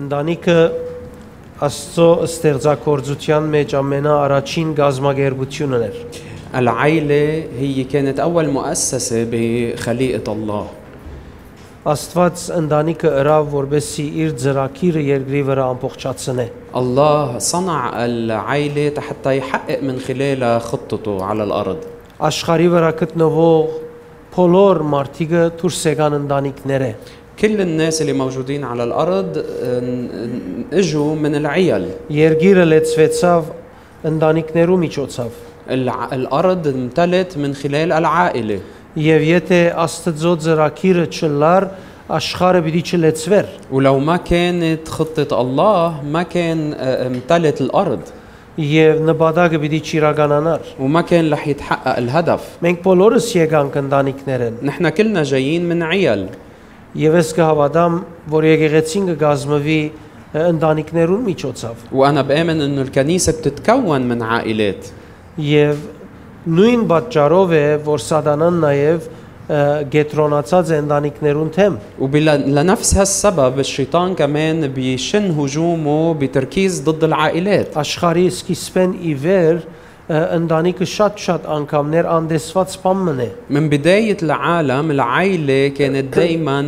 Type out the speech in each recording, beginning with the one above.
Ընտանիքը Աստծո ստեղծագործության մեջ ամենաառաջին գազմագերբությունն էր։ العائلة هي كانت أول مؤسسة بخليقة الله Աստված ընտանիքը ըրավ, որբեսի իր ծրակիրը երկրի վրա ամբողջացնե։ الله صنع العائلة حتى يحقق من خلالها خطته على الأرض Աշխարի վրա գտնվող բոլոր մարդիկը դուրս եկան ընտանիքները։ كل الناس اللي موجودين على الأرض آه، ن- اجوا من العيال Երգիրը լեցվեցավ ընտանիքներու միջոցով։ الع... الأرض امتلت من خلال العائلة Եվ եթե Աստծո ծրակիրը չլար, աշխարը պիտի չլեցվեր։ ولو ما كانت خطة الله ما كان آه، امتلت الأرض Եվ նպատակը պիտի չիրականանար։ وما كان رح يتحقق الهدف Մենք բոլորս եկանք ընտանիքներեն։ نحن كلنا جايين من عيال Եվ ես կհավատամ, որ եկեղեցին կգազմվի ը, ընտանիքներուն միջոցով։ وأنا بآمن إنه الكنيسة بتتكون من عائلات Եվ նույն պատճառով է, որ սատանան նաև ը, գետրոնացած է ընտանիքներուն թեմ։ ولنفس هالسبب الشيطان كمان بيشن هجومه بتركيز ضد العائلات Աշխարհի սկիզբեն ի վեր ը, ընտանիքը շատ-շատ անգամներ անդեսված բան մնե։ من بداية العالم العائلة كانت دايما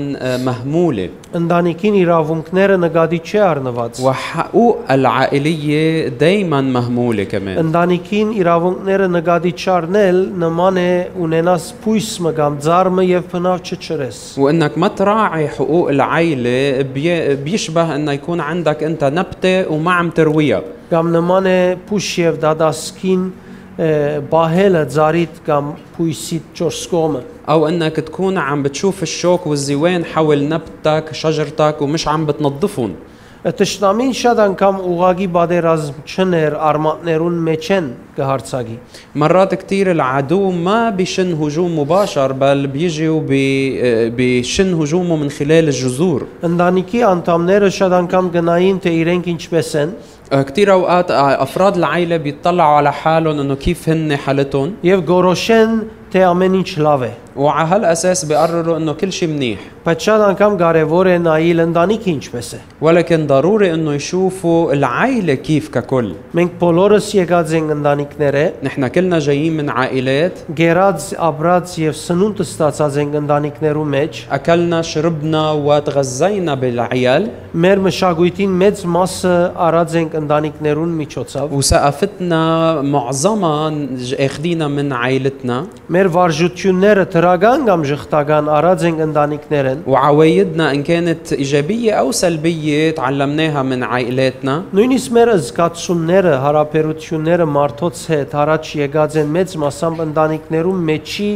مهمولة Ընտանիքին իրավունքները նկատի չի առնված։ وحقوق العائلية دايما مهمولة كمان Ընտանիքին իրավունքները նկատի չառնել նման է ունենաս փույսը կամ ձարմը եւ փնավ չչրես։ وانك ما تراعي حقوق العائلة بي بيشبه انه يكون عندك انت نبتة وما عم ترويها Կամ նման է փուշ եւ դադասքին ը, բահելը ձարիտ կամ փույսի ճորսկոմը։ او انك تكون عم بتشوف الشوك والزوان حول نبتك شجرتك ومش عم بتنظفهم Տշնամին շատ անգամ ուղագի բادرազմ չներ արմատներուն մեջ են կհարցակի։ مرات كتير العدو ما بيشن هجوم مباشر بل بيجي وبيشن هجومه من خلال الجذور Ընտանիքի անդամները շատ անգամ գնային թե իրենք ինչպես են آه، كتير أوقات آه، أفراد العائلة بيطلعوا على حالهم إنه كيف هن حالتهم եւ գորոշեն թե ամեն ինչ լավ է։ وعلى هالأساس بيقرروا إنه كل شيء منيح Բայց շատ անգամ կարեւոր է նայել ընտանիքը ինչպես է։ ولكن ضروري إنه يشوفوا العائلة كيف ككل Մենք բոլորս եկած ենք ընտանիքներ է, نحن كلنا جايين من عائلات գերած, ապրած եւ սնունդը ստացած ենք ընտանիքներու մեջ։ أكلنا شربنا وتغذينا بالعيال Մեր մշակույթին մեծ մասը առած ենք ընտանիքներուն միջոցով։ وثقافتنا معظمها اخدينا من عائلتنا Մեր վարժությունները դրական կամ շղթական առած ենք ընտանիքներեն։ وعوايدنا إن كانت إيجابية أو سلبية تعلمناها من عائلاتنا Նույնիսկ մեր զգացումները, հարաբերությունները մարդոց հետ առաջ եկած են մեծ մասամբ ընտանիքներում մեջի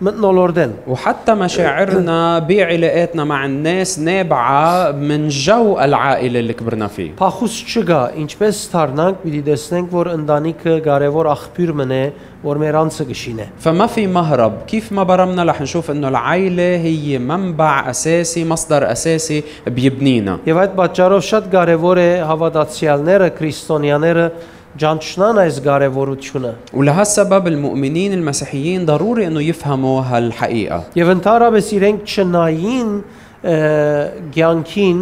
մտնոլորդեն։ وحتى مشاعرنا بعلاقاتنا مع الناس نابعة من جو العائلة اللي كبرنا فيه Փախուս չկա, ինչպես դառնանք, պիտի տեսնենք, որ ընտանիքը կարևոր աղբյուր մնե, որ մեր անձը գշինե։ فما في مهرب كيف ما برمنا رح نشوف انه العائلة هي منبع اساسي مصدر اساسي بيبنينا Եվ այդ պատճառով շատ կարևոր է հավատացյալները, քրիստոնյաները ճանչնան այս կարևորությունը։ ولهالسبب المؤمنين المسيحيين ضروري انه يفهموا هالحقيقة Եվ ընդհանրապես իրենք չնային ը, ցանկին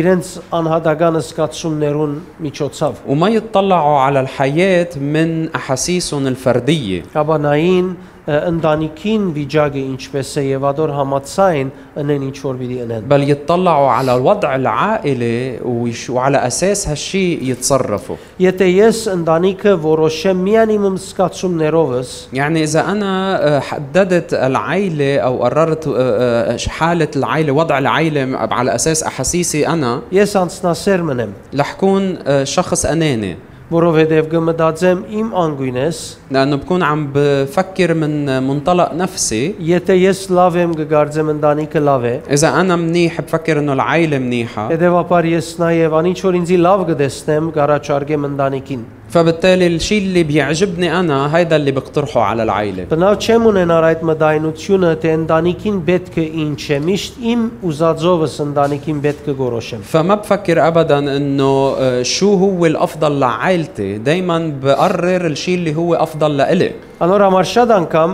իրենց անհատական զգացումներուն միջոցով, وما يتطلعوا على الحياة من احاسيسهم الفردية հավանային ը, ընտանիքին վիճակը ինչպես է եւ ադոր համացայն ընեն ինչ որ պիտի ընեն։ بل يتطلعوا على وضع العائلة ويش- وعلى أساس هالشيء يتصرفوا Եթե ես ընտանիքը որոշեմ միայն իմ զգացումներովս, يعني إذا أنا آه، حددت العائلة أو قررت آه، آه، حالة العائلة وضع العائلة م- على أساس أحاسيسي أنا ես անցնասեր մնեմ, رح كون آه، شخص أناني որովհետեւ կմտածեմ իմ անգույնես لأنه بكون عم بفكر من منطلق نفسي Եթե ես լավ եմ գկարձեմ ընտանիքը լավ է, إذا أنا منيح بفكر إنه العائلة منيحة հետևաբար ես նաև անինչ որ ինձի լավ կտեսնեմ, կառաջարկեմ ընտանիքին։ فبالتالي الشيء اللي بيعجبني أنا هيدا اللي بقترحه على العائلة Բնավ չեմ ունենար այդ մտայնությունը, թե ընտանիքին պետք է ինչ է, միշտ իմ ուզածովս ընտանիքին պետք է գորոշեմ։ فما بفكر ابدا انه آه، شو هو الافضل لعائلتي دائما بقرر الشيء اللي هو افضل لإلي Անոր համար շատ անգամ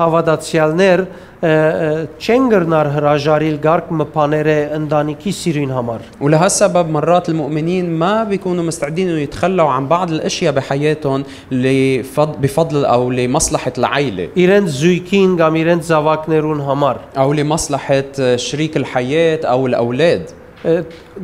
հավատացյալներ ը, ը, չեն գրնար հրաժարիլ գարկ մփաները ընտանիքի սիրուն համար։ ولهالسبب مرات المؤمنين ما بيكونوا مستعدين انه يتخلوا عن بعض الاشياء بحياتهم لفض... بفضل او لمصلحه العائله Իրենց զույգին կամ իրենց զավակներուն համար او لمصلحه آه، شريك الحياه او الاولاد ը,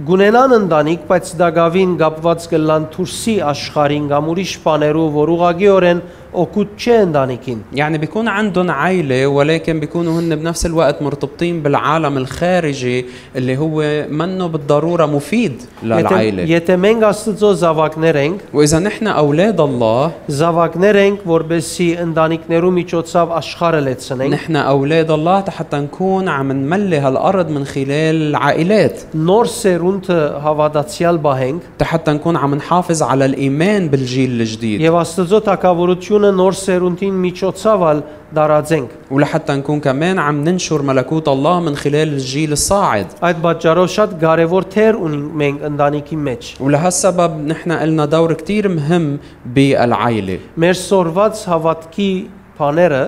գունենան ընտանիք, բայց դագավին գապված կլան թուրսի աշխարհին կամ ուրիշ բաներով, որ ուղագիորեն օգուտ չէ ընտանիքին։ يعني بيكون عندهم عائلة ولكن بيكونوا هن بنفس الوقت مرتبطين بالعالم الخارجي اللي هو منه بالضرورة مفيد Եթե للعائلة եթե մենք Աստծո զավակներ ենք, وإذا نحن أولاد الله Զավակներ ենք, որբեսի ընտանիքներու միջոցով աշխարհը լեցնենք։ نحن أولاد الله حتى نكون عم نملي هالأرض من خلال العائلات Նոր սերունդը հավատացյալ բահենք حتى نكون عم نحافظ على الإيمان بالجيل الجديد եւ Աստծո Թագավորությունը նոր սերունդին միջոցով ալ դարաձենք։ ولحتى نكون كمان عم ننشر ملكوت الله من خلال الجيل الصاعد Այդ պատճառով շատ կարեւոր թեր ունենք մենք ընտանիքի մեջ։ ولهالسبب نحن إلنا دور كتير مهم بالعائلة Մեր սորված հավատքի բաները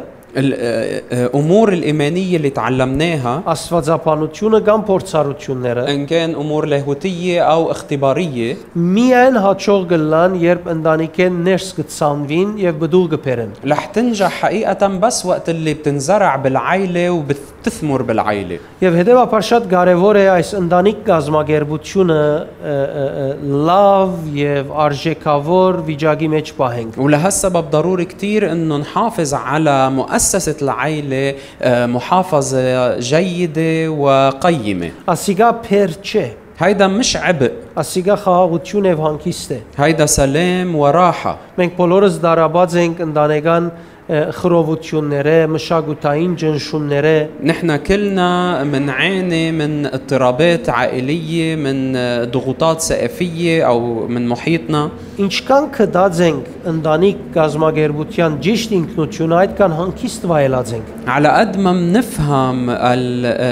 آه، الامور الايمانيه اللي تعلمناها աստվածապանությունը կամ փորձառությունները ان كان امور لاهوتيه او اختباريه միայն հաջող գլան, երբ ընտանիքեն ներս կցանվին եւ բդուղ կբերեն։ رح تنجح حقيقه بس وقت اللي بتنزرع بالعائله وبتثمر بالعائله Եվ հետեւաբար շատ կարեւոր է այս ընտանիք կազմակերպությունը ը, ը, ը, լավ եւ արժեքավոր վիճակի մեջ պահենք։ ولهالسبب ضروري كتير انه نحافظ على مؤسسه العائله آه، محافظه جيده وقيمه Ասիկա փեր չէ, هيدا مش عبء ասիկա խաղաղություն եւ հանգիստ է։ هيدا سلام وراحه Մենք բոլորս դարաբաց ենք ընտանեկան ը, խռովությունները, մշակութային ճնշումները, نحن كلنا منعاني من اضطرابات عائلية من آه، ضغوطات ثقافية أو من محيطنا ինչքան կդած ենք ընտանիք կազմակերպության ճիշտ ինքնությունը, այդքան հանգիստ վայելած ենք։ على قد ما منفهم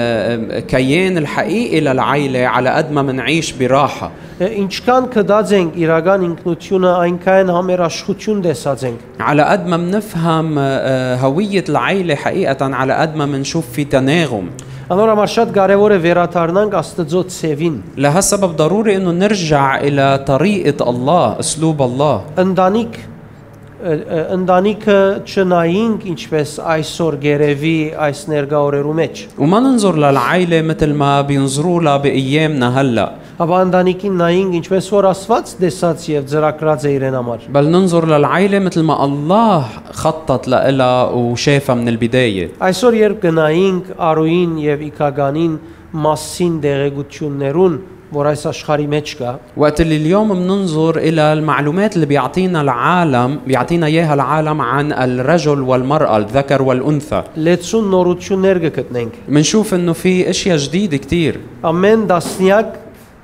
الكيان الحقيقي للعائلة على قد ما منعيش براحة ը, Ինչքան կդած ենք իրական ինքնությունը, այնքան համերաշխություն դեսած ենք։ على قد ما منفهم آه، آه، هوية العائلة حقيقة على قد ما منشوف في تناغم Անոր համար շատ կարևոր է վերաթարնանք Աստծո ցևին։ لهالسبب ضروري انه نرجع الى طريقة الله اسلوب الله Ընտանիք ը, ը, ընտանիքը չնայինք ինչպես այսօր գերեվի այս ներկա օրերու մեջ։ وما ننظر للعائلة مثل ما بينظروا لها بأيامنا هلأ Ապա ընտանիքին նայինք ինչպես որ Աստված դեսած եւ ծրագրած է իրեն համար։ بل ننظر للعائلة مثل ما الله خطط لها وشافها من البداية Այսօր երբ գնայինք Արուին եւ Իքագանին մասին դեղեցություններուն, որ այս աշխարի մեջ կա, وقت اللي اليوم بننظر إلى المعلومات اللي بيعطينا العالم بيعطينا إياها العالم عن الرجل والمرأة الذكر والأنثى լեցուն նորություններ կգտնենք։ منشوف انه في اشياء جديدة كتير Ամեն դասնյակ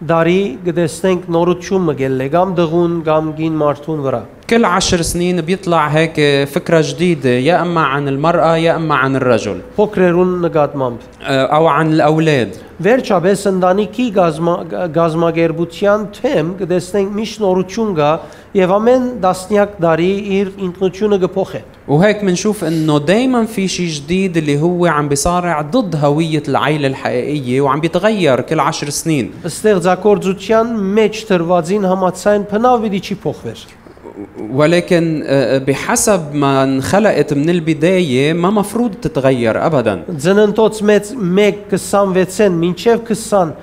դարի գտեսնենք նորություն մգել է կամ դղուն կամ գին մարդուն վրա։ كل عشر سنين بيطلع هيك فكرة جديدة يا اما عن المرأة يا اما عن الرجل փոքրերուն նկատմամբ آه، او عن الاولاد վերջապես ընտանիքի գազմա- գ- գազմագերբության թեմ կտեսնենք միշտ նորություն կա եւ ամեն տասնյակ տարի իր ինքնությունը կփոխի وهيك بنشوف انه دائما في شيء جديد اللي هو عم بيصارع ضد هويه العائله الحقيقيه وعم بيتغير كل عشر سنين ստեղծագործության մեջ դրվածին համացայն փնավ պիտի չի փոխվեր ولكن آه، بحسب ما انخلقت من البدايه ما مفروض تتغير ابدا ծննդոց մեծ 1 26-ին մինչև 20 8-ը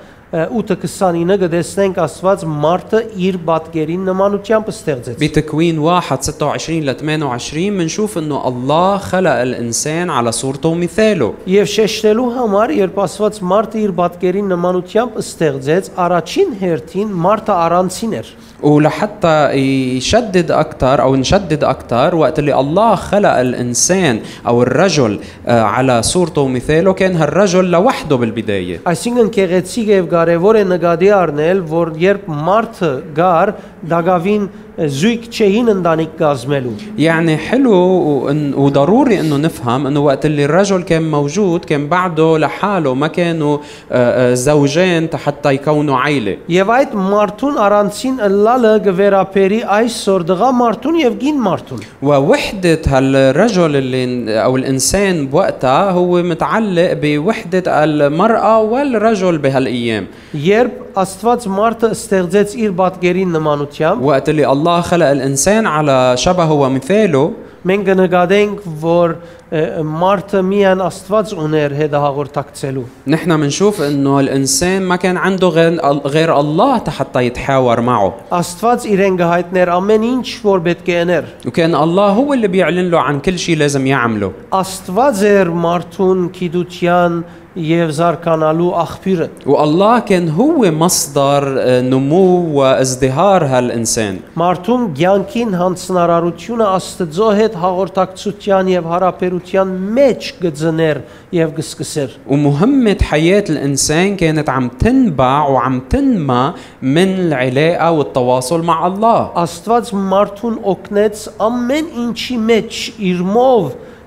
29 կտեսնենք Աստված մարդը իր պատկերին նմանությամբ ստեղծեց بتكوين واحد 26 ل 28 بنشوف انه الله خلق الانسان على صورته ومثاله Եվ շեշտելու համար, երբ ասված մարդը իր բատկերին նմանությամբ ստեղծեց, առաջին հերթին մարդը առանցին էր։ ولحتى يشدد اكثر او نشدد اكثر وقت اللي الله خلق الانسان او الرجل آه، على صورته ومثاله كان هالرجل لوحده بالبدايه Այսինքն գեղեցիկ եւ կարեւոր է նկատի առնել, որ երբ մարդը գար, դակավին ը, զույգ չէին ընտանիք կազմելու։ يعني حلو وإن- وضروري انه نفهم انه وقت اللي الرجل كان موجود كان بعده لحاله ما كانوا آه، آه، زوجين حتى يكونوا عائله Եվ այդ մարդուն առանցին լալը գվերապերի այսօր դղա մարդուն եւ գին մարդուն։ ووحدة هالرجل اللي أو الإنسان بوقتها هو متعلق بوحدة المرأة والرجل بهالأيام Երբ Աստված մարդը ստեղծեց իր պատկերի նմանությամբ, وقت اللي الله خلق الإنسان على شبهه ومثاله մենք կնկատենք, որ ը, մարդը միայն Աստված ուներ հետ հաղորդակցելու։ نحن منشوف انه الانسان ما كان عنده غير غير الله حتى يتحاور معه Աստված իրեն գահայտներ ամեն ինչ, որ պետք է աներ։ وكان الله هو اللي بيعلن له عن كل شيء لازم يعمله Աստված էր մարդուն գիտության եւ զարկանալու աղբյուրը։ والله كان هو مصدر آه، نمو وازدهار هالانسان Մարդուն ցանկին հանցնարարությունը Աստծո հետ հաղորդակցության եւ հարաբերության մեջ գծներ եւ գսկսեր։ ومهمة حياة الإنسان كانت عم تنبع وعم تنمى من العلاقة والتواصل مع الله Աստված մարդուն օգնեց ամեն ինչի մեջ իր մով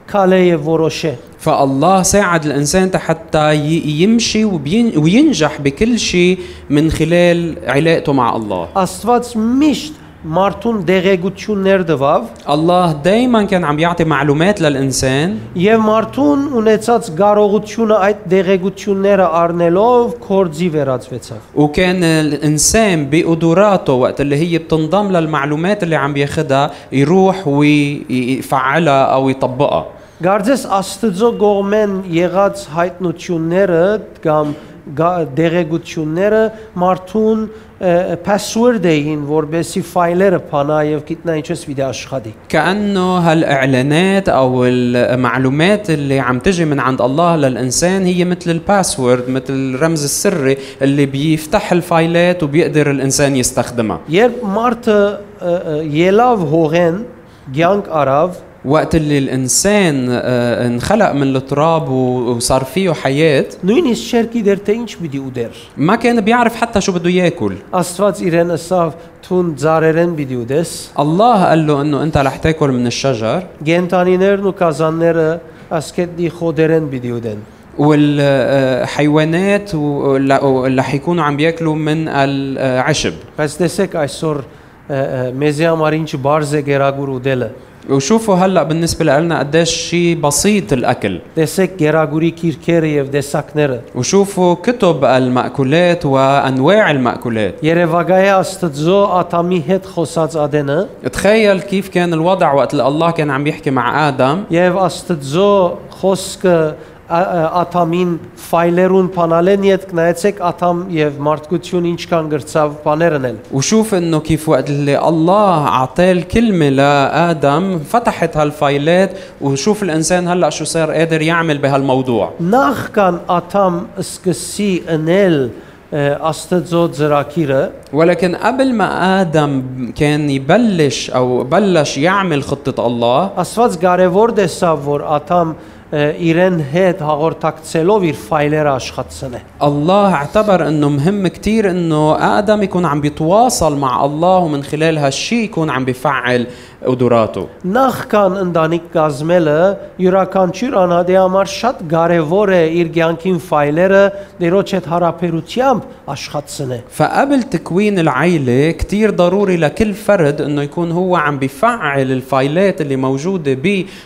քալեյը որոշե։ فالله ساعد الإنسان حتى ي- يمشي وبين- وينجح بكل شيء من خلال علاقته مع الله Աստված միշտ մարդուն դեղեցություններ տվավ الله دايما كان عم يعطي معلومات للإنسان եւ մարդուն ունեցած կարողությունը այդ դեղեցությունները առնելով կորձի վերածվեցավ։ وكان الإنسان بقدراته وقت اللي هي بتنضم للمعلومات اللي عم ياخدها يروح ويفعلها أو يطبقها Գարձես Աստծո գողմեն եղած հայտնությունները կամ գա- դեղեցությունները մարդուն password էին, որբեսի ֆայլերը փանա եւ գիտնա ինչպես պիտի աշխատի։ كأنه هالإعلانات أو المعلومات اللي عم تجي من عند الله للإنسان هي مثل الباسورد مثل الرمز السري اللي بيفتح الفايلات وبيقدر الإنسان يستخدمها Երբ մարդը ը, ը, ելավ հողեն, ցանկ արավ, وقت اللي الإنسان آه، انخلق من التراب و- وصار فيه حياة նույնիսկ շերկի դեր թե ինչ պիտի ուդեր։ ما كان بيعرف حتى شو بده ياكل Աստված իրեն ասավ՝ «Թուն ծարերեն պիտի ուդես»։ الله قال له انه انت رح تاكل من الشجر Գենտանիներն ու կազանները ասկետնի խոդերեն պիտի ուդեն։ آه، والحيوانات اللي رح يكونوا عم بياكلوا من آه، العشب Բայց տեսեք այսօր ը, ը, մեզի համար ինչ բարձ է գերագուր ուդելը։ وشوفوا هلا بالنسبه لنا قديش شيء بسيط الاكل Տեսեք գերագուրի քիրքերը եւ դեսակները։ وشوفوا كتب المأكولات وأنواع المأكولات Երևակայե Աստծո աթամի հետ խոսած ադենը تخيل كيف كان الوضع وقت اللي الله كان عم يحكي مع آدم եւ Աստծո խոսքը ա- ա- աթամին ֆայլերուն փանալեն իդ կնայեցեք աթամ եւ մարդկություն ինչքան գրծավ բաներն են։ وشوف انه كيف وقت اللي الله اعطاه الكلمه لادم فتحت هالفايلات وشوف الانسان هلا شو صار قادر يعمل بهالموضوع Նախ կան աթամ սկսի ընել ը, Աստծո ծրակիրը ولكن قبل ما ادم كان يبلش او بلش يعمل خطه الله Աստված կարևոր տեսավ, որ Աթամ ը, իրեն հետ հաղորդակցելով իր ֆայլերը աշխատցնե։ الله اعتبر انه مهم كتير انه ادم يكون عم بيتواصل مع الله ومن خلال هالشي يكون عم بيفعل قدراته Նախքան ընտանիք կազմելը յուրաքանչյուր անհատի համար շատ կարևոր է իր ցանկին ֆայլերը դերոջ հետ հարաբերությամբ աշխատցնե։ فقبل تكوين العيلة كتير ضروري لكل فرد انه يكون هو عم بيفعل الفايلات اللي موجودة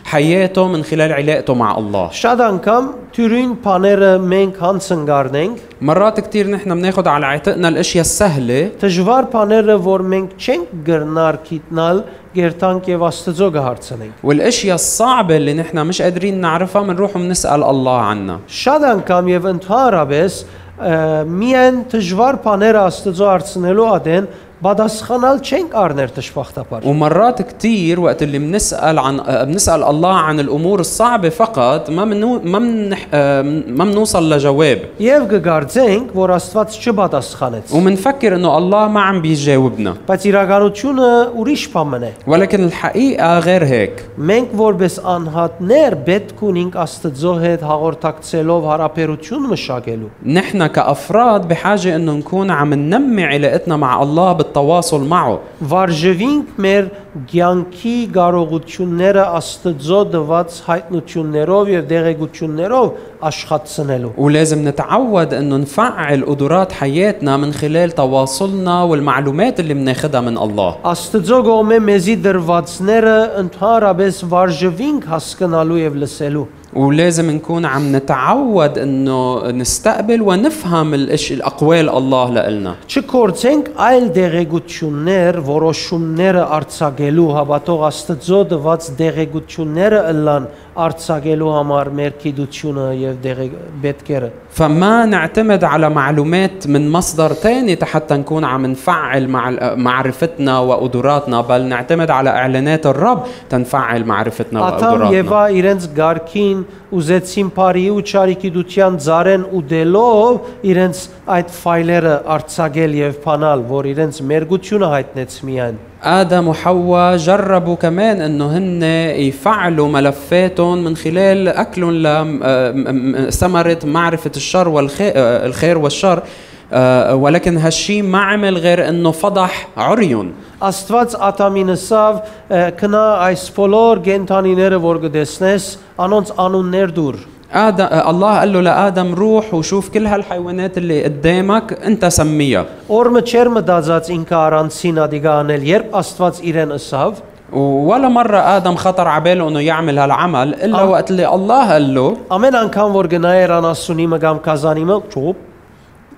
بحياته من خلال علاقته مع الله Շատ անգամ թյուրին բաները մենք հանց ընկառնենք, مرات كتير نحن بناخد على عاتقنا الاشياء السهلة դժվար բաները, որ մենք չենք գրնար գիտնալ, գերտանք եւ Աստծո կհարցնենք։ والاشياء الصعبة اللي نحن مش قادرين نعرفها بنروح وبنسأل الله عنها Շատ անգամ եւ ընդհանրապես ը, միայն դժվար բաները Աստծո արցնելու ադեն պատասխանալ չենք առներ դժբախտաբար։ ومرات كتير وقت اللي بنسأل عن آه، بنسأل الله عن الأمور الصعبة فقط ما منو ما منح آه، ما بنوصل لجواب Եվ կգարձենք, որ Աստված չպատասխանեց։ ومنفكر إنه الله ما عم بيجاوبنا Բայց իրականությունը ուրիշ բան է։ ولكن الحقيقة غير هيك Մենք որպես անհատներ պետք ունենք Աստծո հետ հաղորդակցելով հարաբերություն մշակելու։ نحن كأفراد بحاجة إنه نكون عم ننمي علاقتنا مع الله التواصل معه Վարժվինք մեր ցանկի կարողությունները Աստծո տված հայտնություններով եւ դեղեցություններով աշխատցնելու։ ولازم نتعود انه نفعل قدرات حياتنا من خلال تواصلنا والمعلومات اللي بناخدها من الله Աստծո գողմե մեզի դրվածները ընդհանրապես վարժվինք հասկանալու եւ լսելու։ ولازم نكون عم نتعود انه نستقبل ونفهم الأش... الاقوال الله لنا Չկործենք այլ դեղեցություններ, որոշումները արցակելու հավատող Աստծո տված դեղեցությունները ըլլան արցակելու համար մեր քիդությունը եւ դեղե պետքերը։ فما نعتمد على معلومات من مصدر تاني حتى نكون عم نفعل مع معرفتنا وقدراتنا بل نعتمد على اعلانات الرب تنفعل معرفتنا Աթամ եւ وقدراتنا Ա իրենց ղարքին ուզեցին բարի ու ճարիքիդության ծարեն ուդելով իրենց այդ ֆայլերը արցակել եւ փանալ, որ իրենց մերգությունը հայտնեց միայն։ ادم وحواء جربوا كمان انه هن يفعلوا ملفاتهم من خلال آه، اكلهم لثمره معرفه الشر والخير الخير والشر آه، ولكن هالشي ما عمل غير انه فضح عريهم Աստված Աթամին ասավ. «Ա, «Քնա այս բոլոր գենթանիները, որ կդեսնես, անոնց անուններ դուր»։ آدم آه، الله قال له لآدم روح وشوف كل هالحيوانات اللي قدامك أنت سميها Օրը չեր մտածած ինքը առանցին ադիգա անել, երբ Աստված իրեն ասավ, ولا مرة آدم خطر على باله إنه يعمل هالعمل إلا آه. وقت اللي الله قال له ամեն անգամ որ գնայր անասունի մը կամ կազանի մը, ճոպ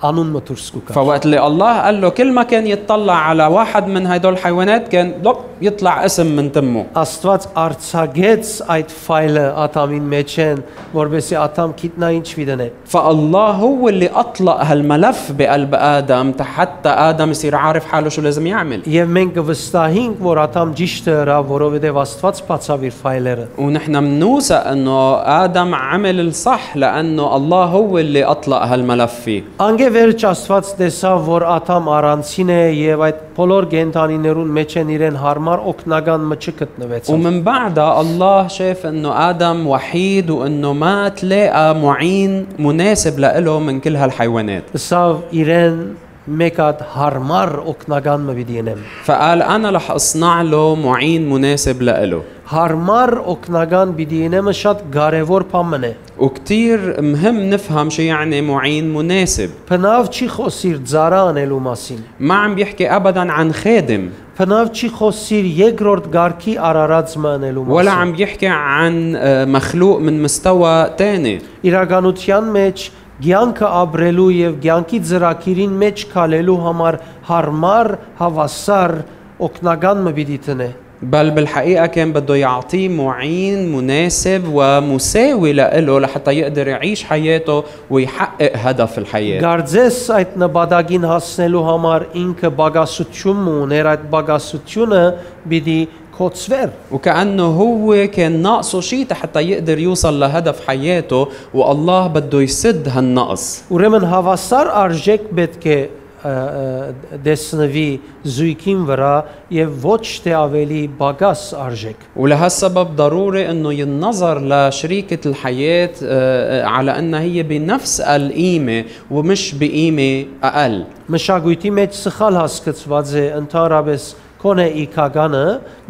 անուն մը դուրս կուկա։ فوقت اللي الله قال له كل ما كان يتطلع على واحد من هدول الحيوانات كان لوب يطلع اسم من تمه Աստված արցագեց այդ ֆայլը Աթամին մեջ են, որովհետեւ Աթամ գիտնա ինչ վիդեն է։ فالله هو اللي أطلق هالملف بقلب آدم حتى آدم يصير عارف حاله شو لازم يعمل Եվ մենք կվստահենք, որ Աթամ ճիշտ է հրա, որովհետեւ Աստված բացավ իր ֆայլերը։ ونحن منوثق انه ادم عمل الصح لانه الله هو اللي اطلق هالملف فيه Անգևերջ Աստված տեսավ, որ Աթամ առանցին է եւ այդ բոլոր գենտանիներուն մեջ են իրեն հարմար օկնական մը չգտնվեց։ ومن بعدها الله شاف انه ادم وحيد وانه ما تلاقى معين مناسب لإله من كل هالحيوانات Սավ իրեն մեկ հատ հարմար օկնական մը դինեմ։ فقال انا رح اصنع له معين مناسب لإله Հարմար օկնական դինեմը շատ կարեւոր բան է։ وكتير مهم نفهم شو يعني معين مناسب Փնավ չի խոսիր ծարա անելու մասին։ ما عم بيحكي ابدا عن خادم Փնավ չի խոսիր երկրորդ ղարքի արարած մանելու ولا عم بيحكي عن آه، مخلوق من مستوى تاني Իրականության մեջ ցանկը ապրելու եւ ցանկի ծրակիրին մեջ քալելու համար հարմար հավասար օկնական մը պիտի տնե։ بل بالحقيقة كان بده يعطيه معين مناسب ومساوي له لحتى يقدر يعيش حياته ويحقق هدف الحياة Գարձես այդ նպատակին հասնելու համար ինքը բագասություն ուներ, այդ բագասությունը պիտի կոչվեր։ وكأنه هو كان ناقصه شيء حتى يقدر يوصل لهدف حياته والله بده يسد هالنقص Ուրեմն հավասար արժեք պետք է ը, ը, դեսնվի զույգին վրա եւ ոչ թե ավելի բագաս արժեք։ ولهالسبب ضروري انه ينظر لشريكة الحياة آه، آه، على انها هي بنفس القيمة ومش بقيمة اقل Մշակույթի մեջ սխալ հասկացված է ընդհանրապես կոնե իքականը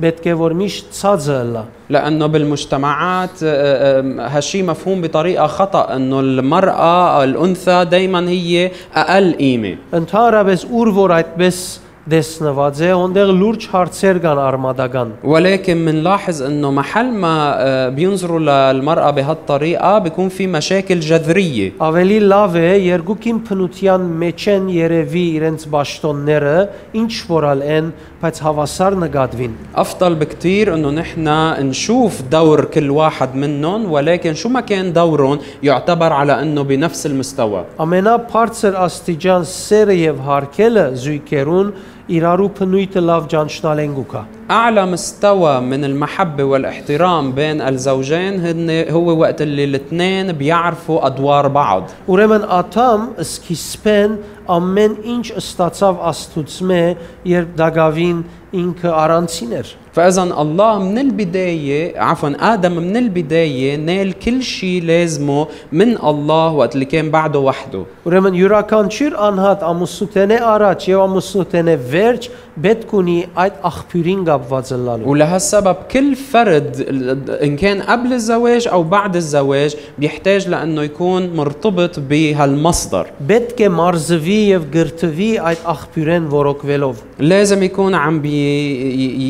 պետք է որ միշտ ցածը լա։ لانه بالمجتمعات آه، آه، هالشي مفهوم بطريقه خطا انه المراه الانثى دائما هي اقل قيمه Ընդհանրապես ուր որ այդպես դեսնված է, ոնդեղ լուրջ հարցեր կան արմատական։ ولكن بنلاحظ انه محل ما آه، بينظروا للمراه بهالطريقه بيكون في مشاكل جذريه Ավելի լավ է երկուքին փնության մեջ են երևի իրենց ճաշտոնները, ինչ որալ են, բայց հավասար նկատվին։ افضل بكتير انه نحن نشوف دور كل واحد منهم ولكن شو ما كان دورهم يعتبر على انه بنفس المستوى Ամենաբարձր աստիճան սերը եւ հարկելը զույգերուն իրարու փնույթը լավ ճանչնալեն գուկա։ أعلى مستوى من المحبة والاحترام بين الزوجين هن- هو وقت اللي الاثنين بيعرفوا أدوار بعض Ուրեմն Աթամ սկիզբեն ամեն ինչ ստացավ Աստծուց մե, երբ Դագավին ինքը առանցին էր։ فإذا الله من البداية عفوا آدم من البداية نال كل شيء لازمه من الله وقت اللي كان بعده وحده Ուրեմն յուրաքանչյուր անհատ ամուսնութենե առաջ եւ ամուսնութենե վերջ պետք ունի այդ աղբյուրին կապված լալու։ ولهالسبب كل فرد ان كان قبل الزواج او بعد الزواج بيحتاج لانه يكون مرتبط بهالمصدر Պետք է մարզվի եւ գրթվի այդ աղբյուրեն ворոկվելով։ لازم يكون عم بي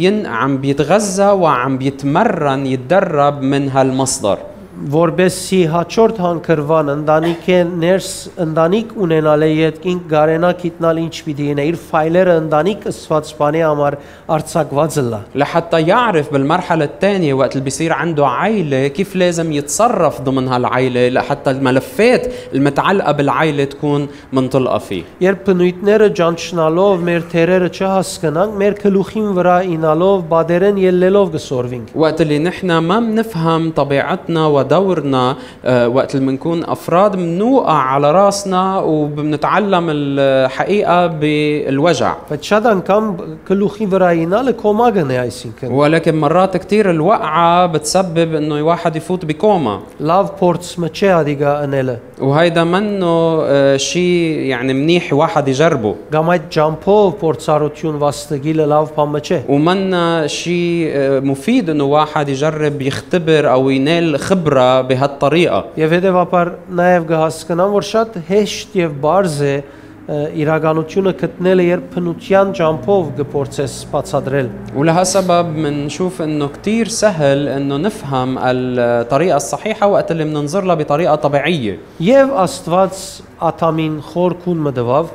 ين عم بيتغذى وعم بيتمرن يتدرب من هالمصدر որբեսի հաջորդ հանգրվան ընտանիք է ներս ընտանիք ունենալ է յետքին գարենա գիտնալ ինչ պիտի ինե իր ֆայլերը ընտանիք ըսված բանի համար արցակված լա لحتى يعرف بالمرحلة الثانية وقت اللي بيصير عنده عائلة كيف لازم يتصرف ضمن هالعائلة لحتى الملفات المتعلقة بالعائلة تكون منطلقة فيه երբ բնույթները ճանչնալով մեր թերերը չհասկանանք մեր քլուխին վրա ինալով բادرեն ելնելով կսորվինք وقت اللي نحن ما بنفهم طبيعتنا ودورنا آه، وقت اللي بنكون افراد بنوقع على راسنا وبنتعلم الحقيقه بالوجع բայց շատ անգամ քլուխի վրա ինալը կոմագն է այսինքն ولكن مرات كثير الوقعه بتسبب انه الواحد يفوت بكوما լավ փորձ մը չէ ադիգա ընելը وهيدا منه آه، شيء يعني منيح واحد يجربه կամ այդ ջամփով փորձառություն վաստակիլը لավ բանը չէ ومنا شيء آه، مفيد انه واحد يجرب يختبر او ينال خبره بهالطريقه Եվ հետևաբար նաև կհասկանամ, որ շատ հեշտ եւ բարձ է ը, իրականությունը գտնելը, երբ փնության ճամփով գործես բացադրել։ ولهالسبب بنشوف انه كتير سهل انه نفهم الطريقه الصحيحه وقت اللي بننظر لها بطريقه طبيعيه Եվ Աստված Աթամին խորքուն մտավ,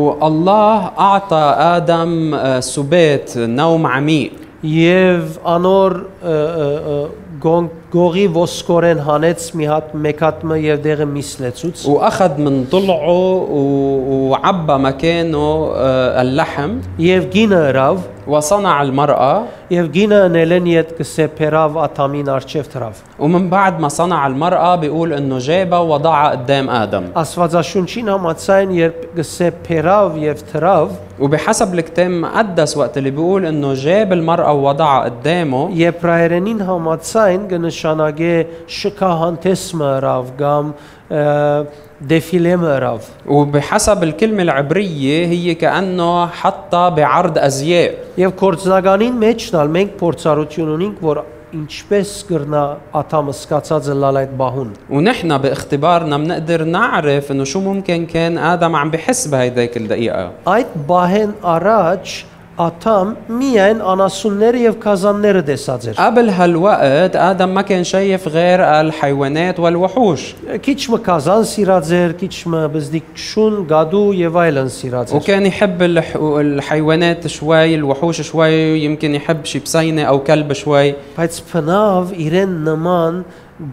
والله اعطى ادم آه، سبات نوم عميق եւ անոր ը, ը, ը, գոն- գողի ոսկորեն հանեց մի հատ մեկատմը եւ դեղը միսլեցուց։ واخذ من ضلعه و- وعبى مكانه آه، اللحم Եվ գինը հրավ, وصنع المراه եւ գինը անելեն իդ կսեփերավ Աթամին արչեվ թրավ։ ومن بعد ما صنع المراه بيقول انه جابها ووضعها قدام ادم Աստվածաշունչին համաձայն, երբ կսեփերավ եւ թրավ, وبحسب الكتاب المقدس وقت اللي بيقول انه جاب المراه ووضعها قدامه Եբրայերենին համաձայն կնշանակե շքահանտեսը հրավ կամ ը, դեֆիլեմը հրավ։ وبحسب الكلمة العبرية هي كأنه حتى بعرض أزياء Եվ կորցնականին մեջնալ մենք փորձառություն ունենք, որ ինչպես կրնա աթամը սկացածը լալ այդ բահուն։ ونحن باختبارنا بنقدر نعرف انه شو ممكن كان ادم عم بحس بهيداك الدقيقه Այդ բահեն առաջ աթամ միայն անասունները եւ կազանները տեսած էր։ قبل هالوقت ادم ما كان شايف غير الحيوانات والوحوش Քիչ մը կազան սիրած էր, քիչ մը բզդիկ շուն, գադու եւ այլն սիրած էր։ وكان يحب الح- الحيوانات شوي الوحوش شوي يمكن يحب شي بسينه او كلب شوي Բայց փնավ իրեն նման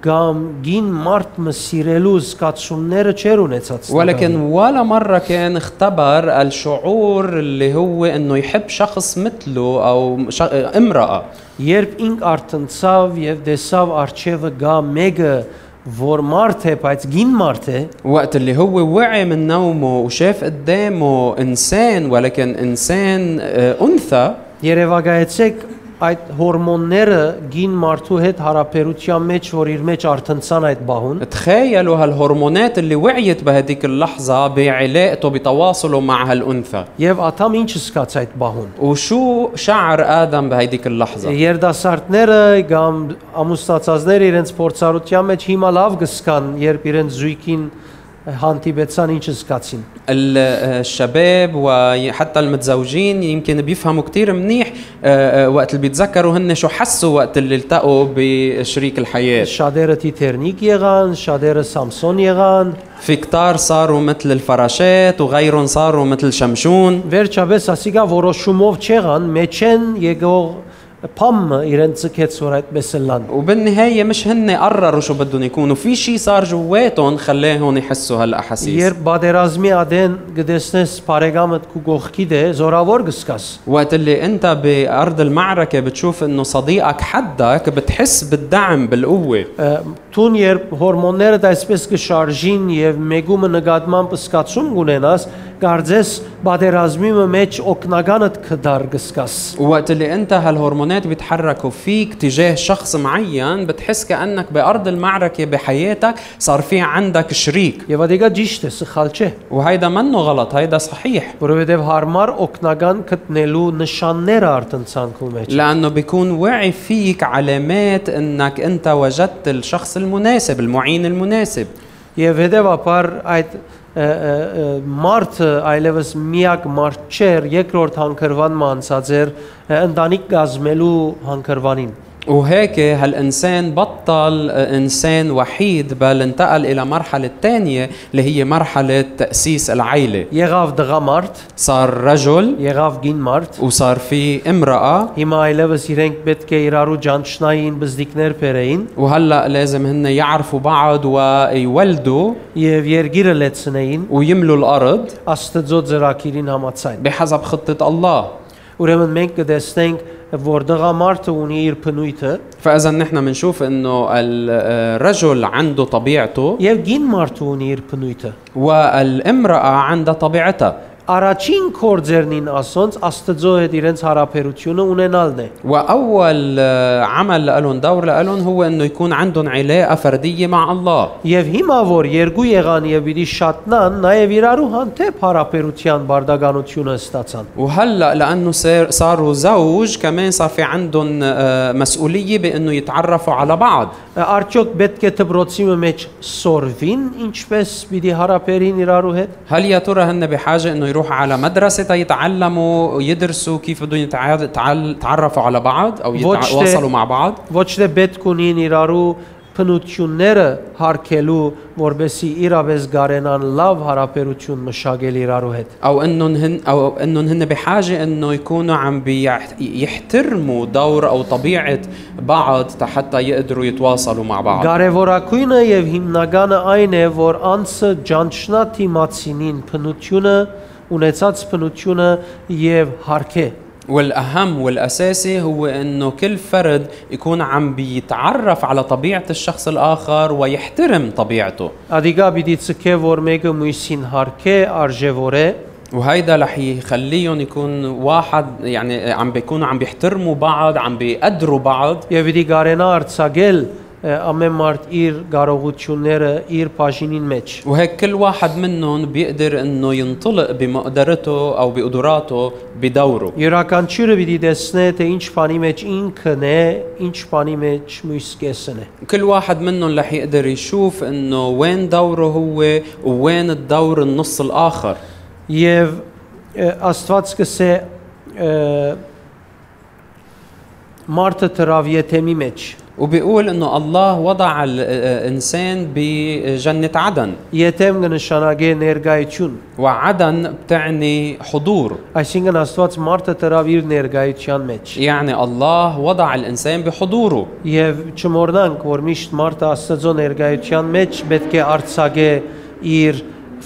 կամ գին մարդ մսիրելու զգացումները չեր ունեցած։ ولكن ولا مرة كان اختبر الشعور اللي هو انه يحب شخص مثله او ش... امرأة երբ ինք արտնցավ եւ դեսավ արջևը գա մեګه որ մարդ է, բայց գին մարդ է, وقت اللي هو وعي من نومه وشاف قدامه انسان ولكن انسان آه، انثى երևակայեցեք այդ հորմոնները գին մարդու հետ հարաբերության մեջ, որ իր մեջ արտնցան այդ բահուն, تخيلوا هالهرمونات اللي وعيت بهديك اللحظة بعلاقته بتواصله مع هالأنثى եւ աթամ ինչ սկաց այդ բահուն։ وشو شعر آدم إيه. بهديك اللحظة Երդասարտները կամ ամուսնացածները իրենց փորձառության մեջ հիմա լավ գսկան, երբ իրենց զույգին հանդիպեցան ինչը զգացին։ ال- آه، الشباب وحتى المتزوجين يمكن بيفهموا كتير منيح آه، آه، وقت اللي بيتذكروا هن شو حسوا وقت اللي التقوا بشريك الحياة Շատերը Թիթերնիկ եղան, շատերը Սամսոն եղան, في كتار صاروا مثل الفراشات وغيرهم صاروا مثل شمشون վերջապես ասիկա որոշումով չեղան, մեջեն եկող փամը իրենց ցկեց որ այդպես է լան։ وبالنهاية مش هن قرروا شو بدهم يكونوا في شيء صار جواتهم خلاهم يحسوا هالأحاسيس Երբ բادرազմի ադեն գտեսնես բարեկամդ քու գողքի դե զորավոր գսկաս։ وقت اللي انت بأرض المعركة بتشوف انه صديقك حدك بتحس بالدعم بالقوة Ա, Տուն երբ հորմոնները դա այսպես կշարժին եւ մեգումը նկատմամբ սկացում կունենաս, կարծես բادرազմի մեջ օկնականդ կդար գսկաս։ وقت اللي انت هالهرمونات بيتحركوا فيك تجاه شخص معين بتحس كأنك بأرض المعركة بحياتك صار في عندك شريك Եվ ադեգա ճիշտ է, սխալ չէ, وهيدا منه غلط هيدا صحيح որովհետև հարմար օկնական գտնելու նշանները արտընցանքու մեջ։ لأنه بيكون واعي فيك علامات انك انت وجدت الشخص المناسب المعين المناسب Եվ հետեւաբար այդ ը, ը, ը, մարդը այլևս միակ մարդ չէր, երկրորդ հանգրվանն անցած էր ը, ընտանիք կազմելու հանգրվանին։ وهيك هالإنسان بطل آه، إنسان وحيد بل انتقل إلى مرحلة تانية اللي هي مرحلة تأسيس العيلة Եղավ դղամարդ, صار رجل եղավ գին մարդ, وصار في امرأة Հիմա այլևս իրենք պետք է իրարու ջանչնային բզդիկներ բերեին وهلا لازم هن يعرفوا بعض ويولدوا եւ երգիրը լեցնեին ويملوا الارض Աստծո ծրակիրին համաձայն։ بحسب خطه الله Ուրեմն մենք կտեսնենք, որ դղամարդը ունի իր բնույթը فاذا نحن بنشوف انه ال- الرجل عنده طبيعته եւ գին մարդը ունի իր բնույթը։ والامراه عندها طبيعتها Առաջին կորձերնին ասոնց Աստծո հետ իրենց հարաբերությունը ունենալն է։ واول آه، عمل لهم دور لهم هو انه يكون عندهم علاقه فرديه مع الله Եվ հիմա որ երկու եղան եւ իրի շատնան, նաեւ իրարու հանդեպ հարաբերության բարդականությունը ստացան։ وهلا لانه صار- صاروا زوج كمان صار في عندهم آه، مسؤوليه بانه يتعرفوا على بعض Արդյոք պետք է դպրոցի մեջ սորվին, ինչպես պիտի հարաբերին իրարու հետ։ هل يا ترى هن بحاجة انه يروحوا على مدرسة تيتعلموا يدرسوا كيف بدهم يتع- تعل- يتعرفوا على بعض او Ոչ թե- يتواصلوا مع بعض Ոչ թե պետք ունին իրարու փնությունները հարկելու, որբեսի իրավես գարենան լավ հարաբերություն մշակել իրարու հետ։ او انهم هن او انهم هن بحاجة انه يكونوا عم بيح- يحترموا دور او طبيعة بعض حتى يقدروا يتواصلوا مع بعض Կարևորակույնը եւ հիմնականը այն է, որ անցը ջանչնա թիմացինին փնությունը ունեցած փնությունը եւ հարկե։ والاهم والاساسي هو انه كل فرد يكون عم بيتعرف على طبيعة الشخص الاخر ويحترم طبيعته Ադիգա պիտի ցկե, որ մեկը մույսին հարկե արժևոր է, وهيدا رح يخليهم يكون واحد يعني عم بيكونوا عم بيحترموا بعض عم بيقدروا بعض Եվ իդի գարենա արցագել ը, ամեն մարդ իր կարողությունները իր բաժինին մեջ։ وهيك كل واحد منهم بيقدر انه ينطلق بمقدرته او بقدراته بدوره Յուրաքանչյուրը պիտի տեսնե, թե ինչ բանի մեջ ինքն է, ինչ բանի մեջ մյուս կեսն է։ كل واحد منهم رح يقدر يشوف انه وين دوره هو ووين الدور النص الاخر Եվ ը, Աստված կսե ը, մարդը դրավ եթեմի մեջ։ وبيقول انه الله وضع آه، الانسان بجنه عدن Եթեմ կնշանակե ներգայություն։ وعدن بتعني حضور Այսինքն Աստված մարդը դրավ իր ներգայության մեջ։ يعني الله وضع الانسان بحضوره Եվ չմոռնանք, որ միշտ մարդը Աստծո ներկայության մեջ պետք է արցագե իր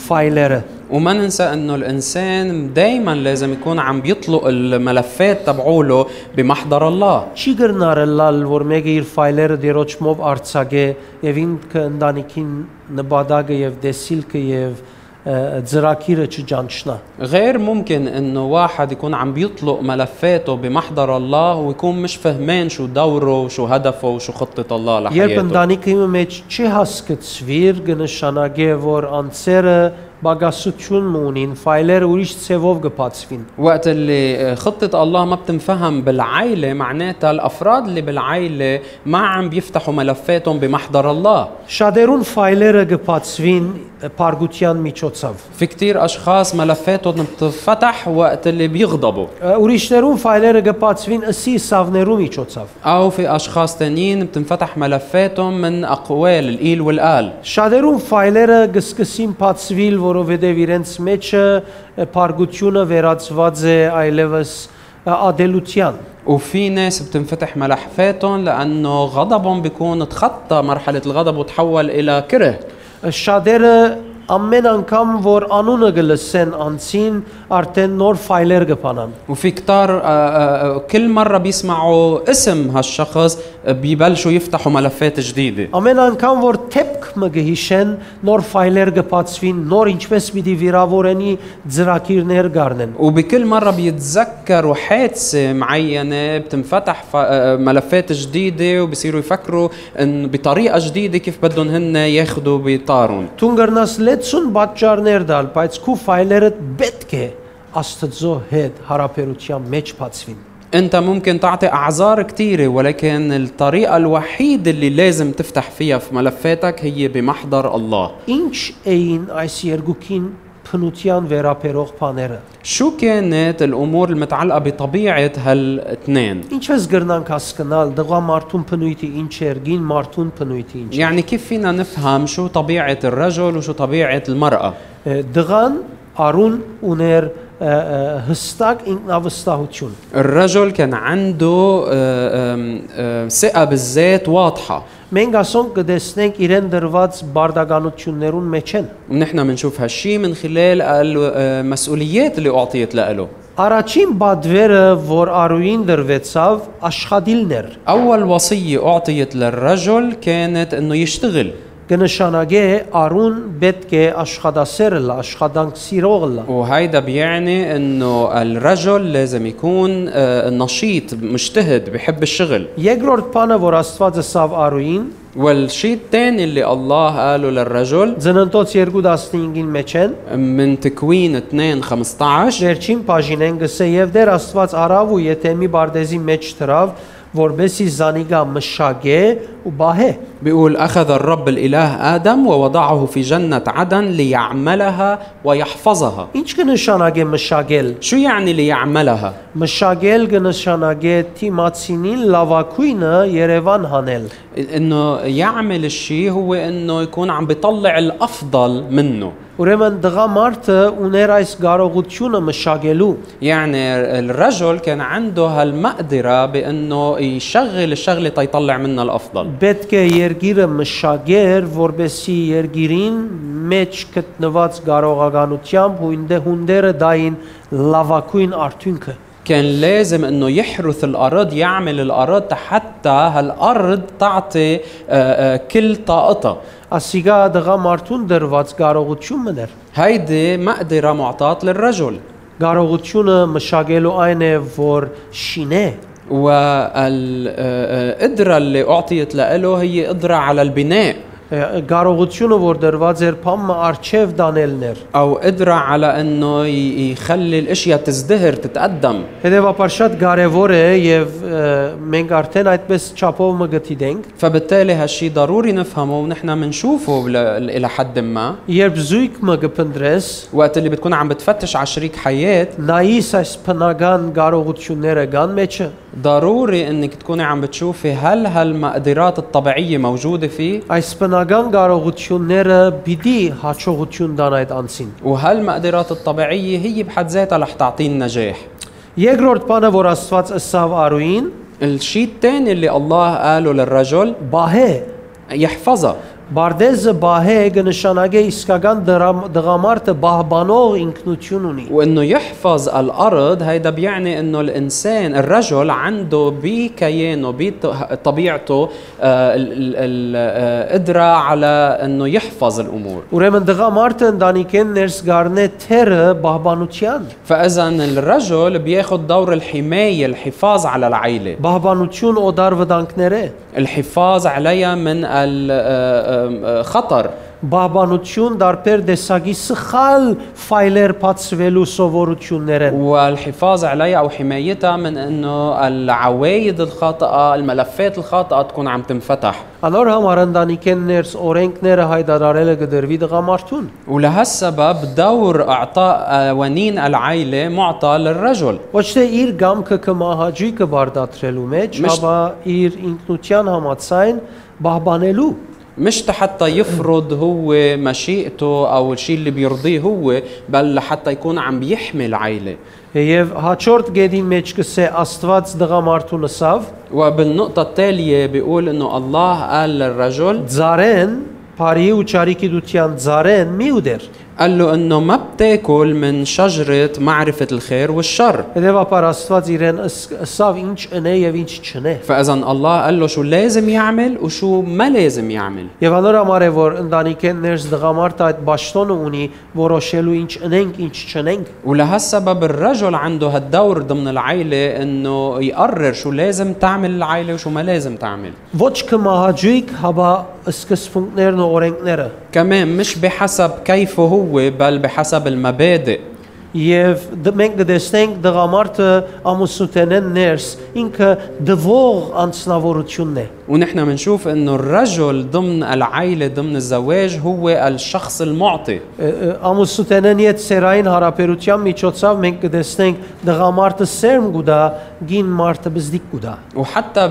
ֆայլերը։ وما ننسى انه الانسان دائما لازم يكون عم بيطلق الملفات تبعوله بمحضر الله Չի գրնարելալ, որ մեկը իր ֆայլերը դերոճմով արցագե եւ ինքը ընտանիքին նպատակը եւ դեսիլքը եւ ը, ծրակիրը չճանչնա։ غير ممكن انه واحد يكون عم بيطلق ملفاته بمحضر الله ويكون مش فهمان شو دوره وشو هدفه وشو خطة الله Երբ لحياته ընտանիքի մեջ չի հասկացվի, կնշանակե, որ անձերը բագասություն ունին, ֆայլերը ուրիշ ցևով կբացվին։ وقت اللي آه، خطة الله ما بتنفهم بالعائلة معناتها الأفراد اللي بالعائلة ما عم بيفتحوا ملفاتهم بمحضر الله Շատերուն ֆայլերը կբացվին բարգության միջոցով։ في كتير أشخاص ملفاتهم بتفتح وقت اللي بيغضبوا Ա, Ուրիշներուն ֆայլերը կբացվին ըսի սավներու միջոցով։ أو في أشخاص تانيين بتنفتح ملفاتهم من أقوال الإيل والآل Շատերուն ֆայլերը գսկսին բացվել, որովհետև իրենց մեջը ը, բարգությունը վերածված է այլևս ը, ադելության وفي ناس بتنفتح ملحفاتهم لانه غضبهم بيكون تخطى مرحله الغضب وتحول الى كره շատերը ամեն անգամ որ անունը գլսեն անցին արդեն նոր ֆայլեր կփանան وفي كتار آه، آه، آه، كل مرة بيسمعوا اسم هالشخص آه، بيبلشوا يفتحوا ملفات جديدة ամեն անգամ որ թեփք մը գհիշեն նոր ֆայլեր կբացվին նոր ինչպես պիտի վիրավորենի ծրակիրներ գարնեն وبكل مرة بيتذكروا حادثة معينة بتنفتح ف- آه، ملفات جديدة وبصيروا يفكروا إن بطريقة جديدة كيف بدهم هن ياخذوا بطارهم Թունգրնաս 60 պատճառներ դալ, բայց քու ֆայլերը պետք է Աստծո հետ հարաբերության մեջ բացվին։ انت ممكن تعطي اعذار كثيره ولكن الطريقه الوحيده اللي لازم تفتح فيها في ملفاتك هي بمحضر الله Ինչ էին այս երկուքին փնության վերաբերող բաները։ شو كانت الامور المتعلقه بطبيعه هالاثنين Ինչպես գրնանք հասկանալ դղամարթուն փնույթի ինչ էր, գին մարթուն փնույթի ինչ։ يعني كيف فينا نفهم شو طبيعة الرجل وشو طبيعة المرأة؟ է։ Դղան արուն ուներ ը, ը, հստակ ինքնավստահություն։ الرجل كان عنده آه، آم، آه، ثقة بالذات واضحة Մենք ասոնք կտեսնենք իրեն դրված բարդականություններուն մեջ են։ ونحن بنشوف هالشي من خلال المسؤوليات اللي أعطيت له Առաջին բադվերը, որ արուին դրվեցավ, աշխատիլներ։ أول وصية أعطيت للرجل كانت أنه يشتغل կնշանակե արուն պետք է աշխատասերը լա, աշխատանք սիրողը լա։ وهيدا بيعني أنه الرجل لازم يكون آه، نشيط مجتهد بحب الشغل Երկրորդ բանը, որ Աստվածը սավ արուին, والشيء الثاني اللي الله قاله للرجل ծննդոց 2:15-ին մեջ են, من تكوين 2 15 վերջին բաժինեն գսե եւ դեր Աստված արավ ու եթե մի բարդեզի մեջ դրավ, որբեսի զանիգա մշակե ու բահե։ بيقول أخذ الرب الإله آدم ووضعه في جنة عدن ليعملها ويحفظها Ինչ կնշանակե մշակել։ شو يعني ليعملها؟ Մշակել կնշանակե թիմացինին լավակույնը Երևան հանել։ إنه يعمل الشيء هو إنه يكون عم بيطلع الأفضل منه Ուրեմն դղամարթը ուներ այս կարողությունը մշակելու يعني الرجل كان عنده هالمقدرة بأنه يشغل الشغلة تيطلع منها الأفضل Պետք է երգիրը մշակեր, որբեսի երգիրին մեջ գտնված կարողականությամբ հույնդե հունդերը դային լավակույն արդյունքը։ كان لازم انه يحرث الارض يعمل الارض حتى هالارض تعطي آه، آه، كل طاقتها Ասիգա դղամարդուն դրված կարողություն մներ։ هيدي مقدرة معطاة للرجل Կարողությունը մշակելու այն է, որ շինե, والقدرة اللي أعطيت له هي قدرة على البناء ը, կարողությունը, որ դրված էր փամը արչև դանելներ։ أو قدرة على أنه ي- يخلي الأشياء تزدهر تتقدم Հետևաբար շատ կարևոր է եւ ը, մենք արդեն այդպես չափով մը գտի դենք, فبالتالي هالشي ضروري نفهمه ونحن بنشوفه ل- إلى حد ما երբ զույգ մը գփնդրես, وقت اللي بتكون عم بتفتش على شريك حياة Նայիս այս բնական կարողությունները կան մեջը, ضروري انك تكوني عم بتشوفي هل هالمقدرات الطبيعية موجودة فيه այս բնական կարողությունները պիտի հաջողություն տան այդ անցին։ وهالمقدرات الطبيعية هي بحد ذاتها رح تعطينا نجاح Երկրորդ բանը, որ Աստված ըսավ Արուին, الشيء الثاني اللي الله قاله للرجل բահե, يحفظها բարդեզը բահե կնշանակե իսկական դրամ- դղամարդը բահբանող ինքնություն ունի։ وانه يحفظ الارض هيدا بيعني انه الانسان الرجل عنده بكيانه بطبيعته آه، ال- ال- ال- آه، قدره على انه يحفظ الامور Ուրեմն դղամարդը ընտանիքեն ներս գարնե թերը բահբանության։ فاذا الرجل بياخذ دور الحمايه الحفاظ على العائله Բահբանություն օդար վտանգներ է, الحفاظ عليها من آه، الخطر բահբանություն դարբեր դեսագի սխալ ֆայլեր բացվելու սովորություններ են։ والحفاظ عليها او حمايتها من انه العوايد الخاطئه الملفات الخاطئه تكون عم تنفتح Անոր համար ընտանիքեն ներս օրենքները հայտարարելը կդրվի դղամարդուն, ولهالسبب دور اعطاء قوانين العائله معطى للرجل ոչ թե իր գամքը կմահաճի կբարդատրելու մեջ, Միշտ- ապա իր ինքնության համացայն բահբանելու։ مش حتى يفرض هو مشيئته او الشيء اللي بيرضيه هو بل لحتى يكون عم بيحمي العائله Եվ հաջորդ գեդի մեջ կսե Աստված դղամարդու լսավ, وبالنقطة التالية بيقول انه الله قال للرجل Ձարեն, բարի ու ճարիքի դության Ձարեն մի ուդեր։ قال له انه ما بتاكل من شجرة معرفة الخير والشر Հետևաբար Աստված իրեն ս- սավ ինչ ընե եւ ինչ չնե։ فاذا الله قال له شو لازم يعمل وشو ما لازم يعمل Եվ անոր համար է որ ընտանիքեն ներս դղամարդը այդ ճշտոնը ունի որոշելու ինչ ընենք, ինչ չնենք։ ولهالسبب الرجل عنده هالدور ضمن العيلة انه يقرر شو لازم تعمل العيلة وشو ما لازم تعمل Ոչ կմահաճույք հաբա սկսվունքներն ու օրենքները։ كمان مش بحسب كيفه هو بل بحسب المبادئ Եվ դ- մենք կտեսնենք դղամարդը ամուսնութենեն ներս ինքը դվող անձնավորությունն է։ ونحن بنشوف انه الرجل ضمن العيلة ضمن الزواج هو الشخص المعطي Ա- ա- Ամուսնութենեն իդ սերային հարաբերության միջոցով մենք կտեսնենք դղամարդը սերմ գուտա, գին մարդը բզդիկ գուտա։ وحتى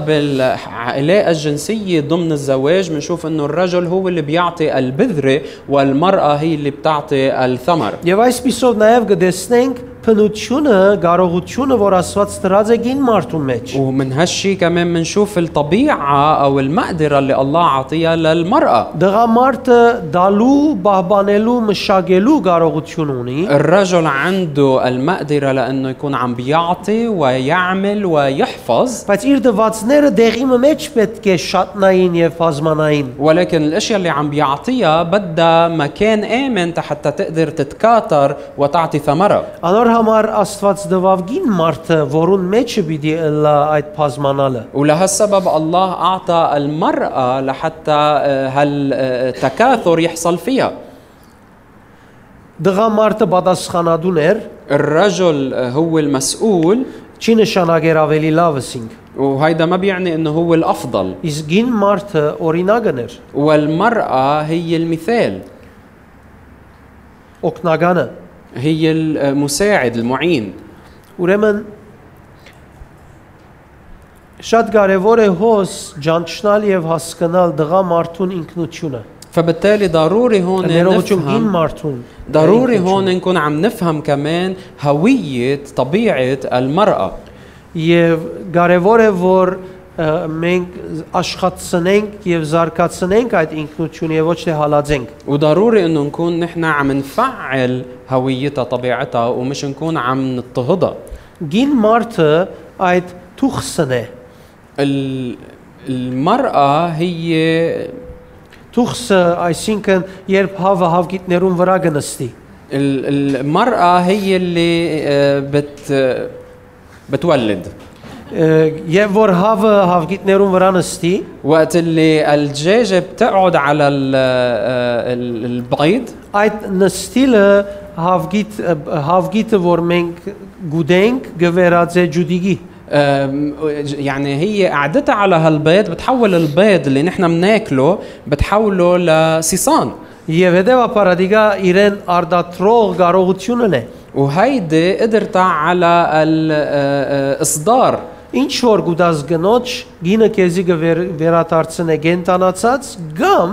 بالعلاقة الجنسية ضمن الزواج بنشوف انه الرجل هو اللي بيعطي البذرة والمرأة هي اللي بتعطي الثمر Եվ այսписով նաև կտեսնենք փնությունը, կարողությունը, որ Աստված դրած է գին մարդու մեջ։ ومن هالشي كمان بنشوف الطبيعة أو المقدرة اللي الله عطيها للمرأة Դղամարդը դալու, բահբանելու, մշակելու կարողություն ունի։ الرجل عنده المقدرة لأنه يكون عم بيعطي ويعمل ويحفظ Բայց իր դվածները դեղի մեջ պետք է շատնային եւ բազմանային։ ولكن الاشياء اللي عم بيعطيها بدها مكان امن حتى تقدر تتكاثر وتعطي ثمره Անոր համար Աստված դվավ գին մարդը, որուն մեջը պիտի լա այդ բազմանալը։ ولهالسبب الله اعطى المراه لحتى آه، هالتكاثر يحصل فيها Դղամարդը պատասխանատուն էր, الرجل آه، هو المسؤول չի նշանակեր ավելի լավս ինք։ وهيدا ما بيعني انه هو الافضل Իսկ գին մարդը օրինակն էր, والمراه هي المثال օկնականը։ هي المساعد المعين Ուրեմն շատ կարևոր է հոս ճանչնալ եւ հասկանալ դղամարդուն ինքնությունը։ فبالتالي ضروري هون Ներողություն نفهم գին մարդուն։ ضروري هون نكون عم نفهم كمان هوية طبيعة المرأة Եվ կարևոր է որ ը, մենք աշխատցնենք եւ զարգացնենք այդ ինքնությունը եւ ոչ թե հալածենք։ وضروري انه نكون نحن عم نفعل هويتها طبيعتها ومش نكون عم نضطهدها Գին մարդը այդ թուխսն է։ ال- المرأة هي Թուխսը, այսինքն, երբ հավը հավգիտներուն վրա գնստի։ ال- المرأة هي اللي آه، بت آه، بتولد ը, Եվ որ հավը հավգիտներուն վրա նստի, وقت اللي الدجاجة بتقعد على ال- آه، ال- البيض այդ նստիլը հավգիտ ը, հավգիտը որ մենք գուդենք գվերածե ջուդիգի أم، يعني هي قعدتها على هالبيض بتحول البيض اللي نحن بناكله بتحوله لصيصان եւ հետեւաբար ադիգա իրեն արդատրող կարողությունն է وهيدي قدرتها على آه، الاصدار ինչ որ գուդաս գնոջ գինը քեզի գվեր վերադարձնե գենտանացած գամ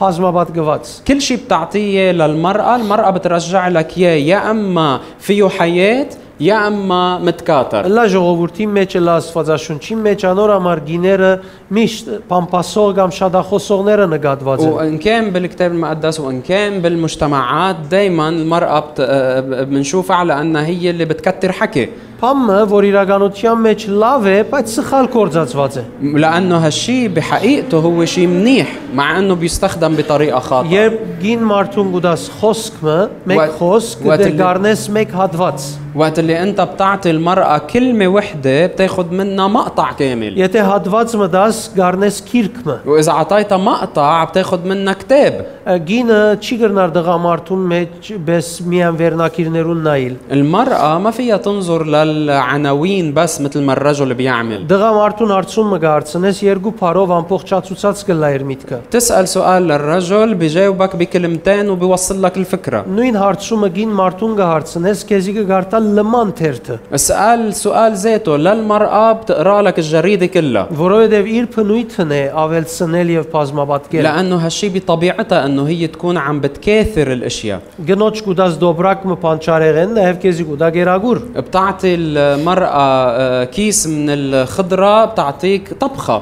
բազմապատ գված كل شيء بتعطيه للمرأة المرأة بترجع لك إياه يا أما فيه حياة يا أما متكاتر Լա ժողովրդի մեջ լա Աստվածաշունչի մեջ անոր համար գիները միշտ պամպասող կամ շադախոսողները նկատված են։ وإن كان بالكتاب المقدس وإن كان بالمجتمعات دايما المرأة بت... آه، بنشوفها على أنها هي اللي بتكتر حكي Փամը, որ իրականության մեջ լավ է, բայց սխալ կործածված է։ لانه هالشي بحقيقته هو شيء منيح مع انه بيستخدم بطريقه خاطئه Երբ գին մարդուն գուտաս խոսքը, մեկ What- խոսք what դեր a- գառնես մեկ հատված։ وقت اللي انت بتعطي المراه كلمه وحده بتاخذ منها مقطع كامل Եթե հատված մտած գառնես քիրքը, واذا اعطيتها مقطع بتاخذ منها كتاب գինը չի գրնար դղամարդուն մեջ բես միան վերնակիրներուն նայել։ المراه ما فيها تنظر للعناوين بس مثل ما الرجل بيعمل Դղամարդուն արցումը գարցնես երկու փարով ամբողջացուցած կլա իր միտքը։ تسال سؤال للرجل بجاوبك بكلمتين وبيوصل لك الفكره Նույն հարցումը գին մարդուն կհարցնես, քեզի կգարտա իրան լման թերթը, اسال سؤال ذاته للمراه بتقرا لك الجريده كلها որովհետև իր փնույթն է ավելցնել եւ բազմապատկել։ لانه هالشي بطبيعتها انه هي تكون عم بتكاثر الاشياء Գնոջ կուտած դոբրակ մը պանչարեղեն նաեւ քեզի կուտա գերագուր։ بتعطي المرأة آه، كيس من الخضرة بتعطيك طبخة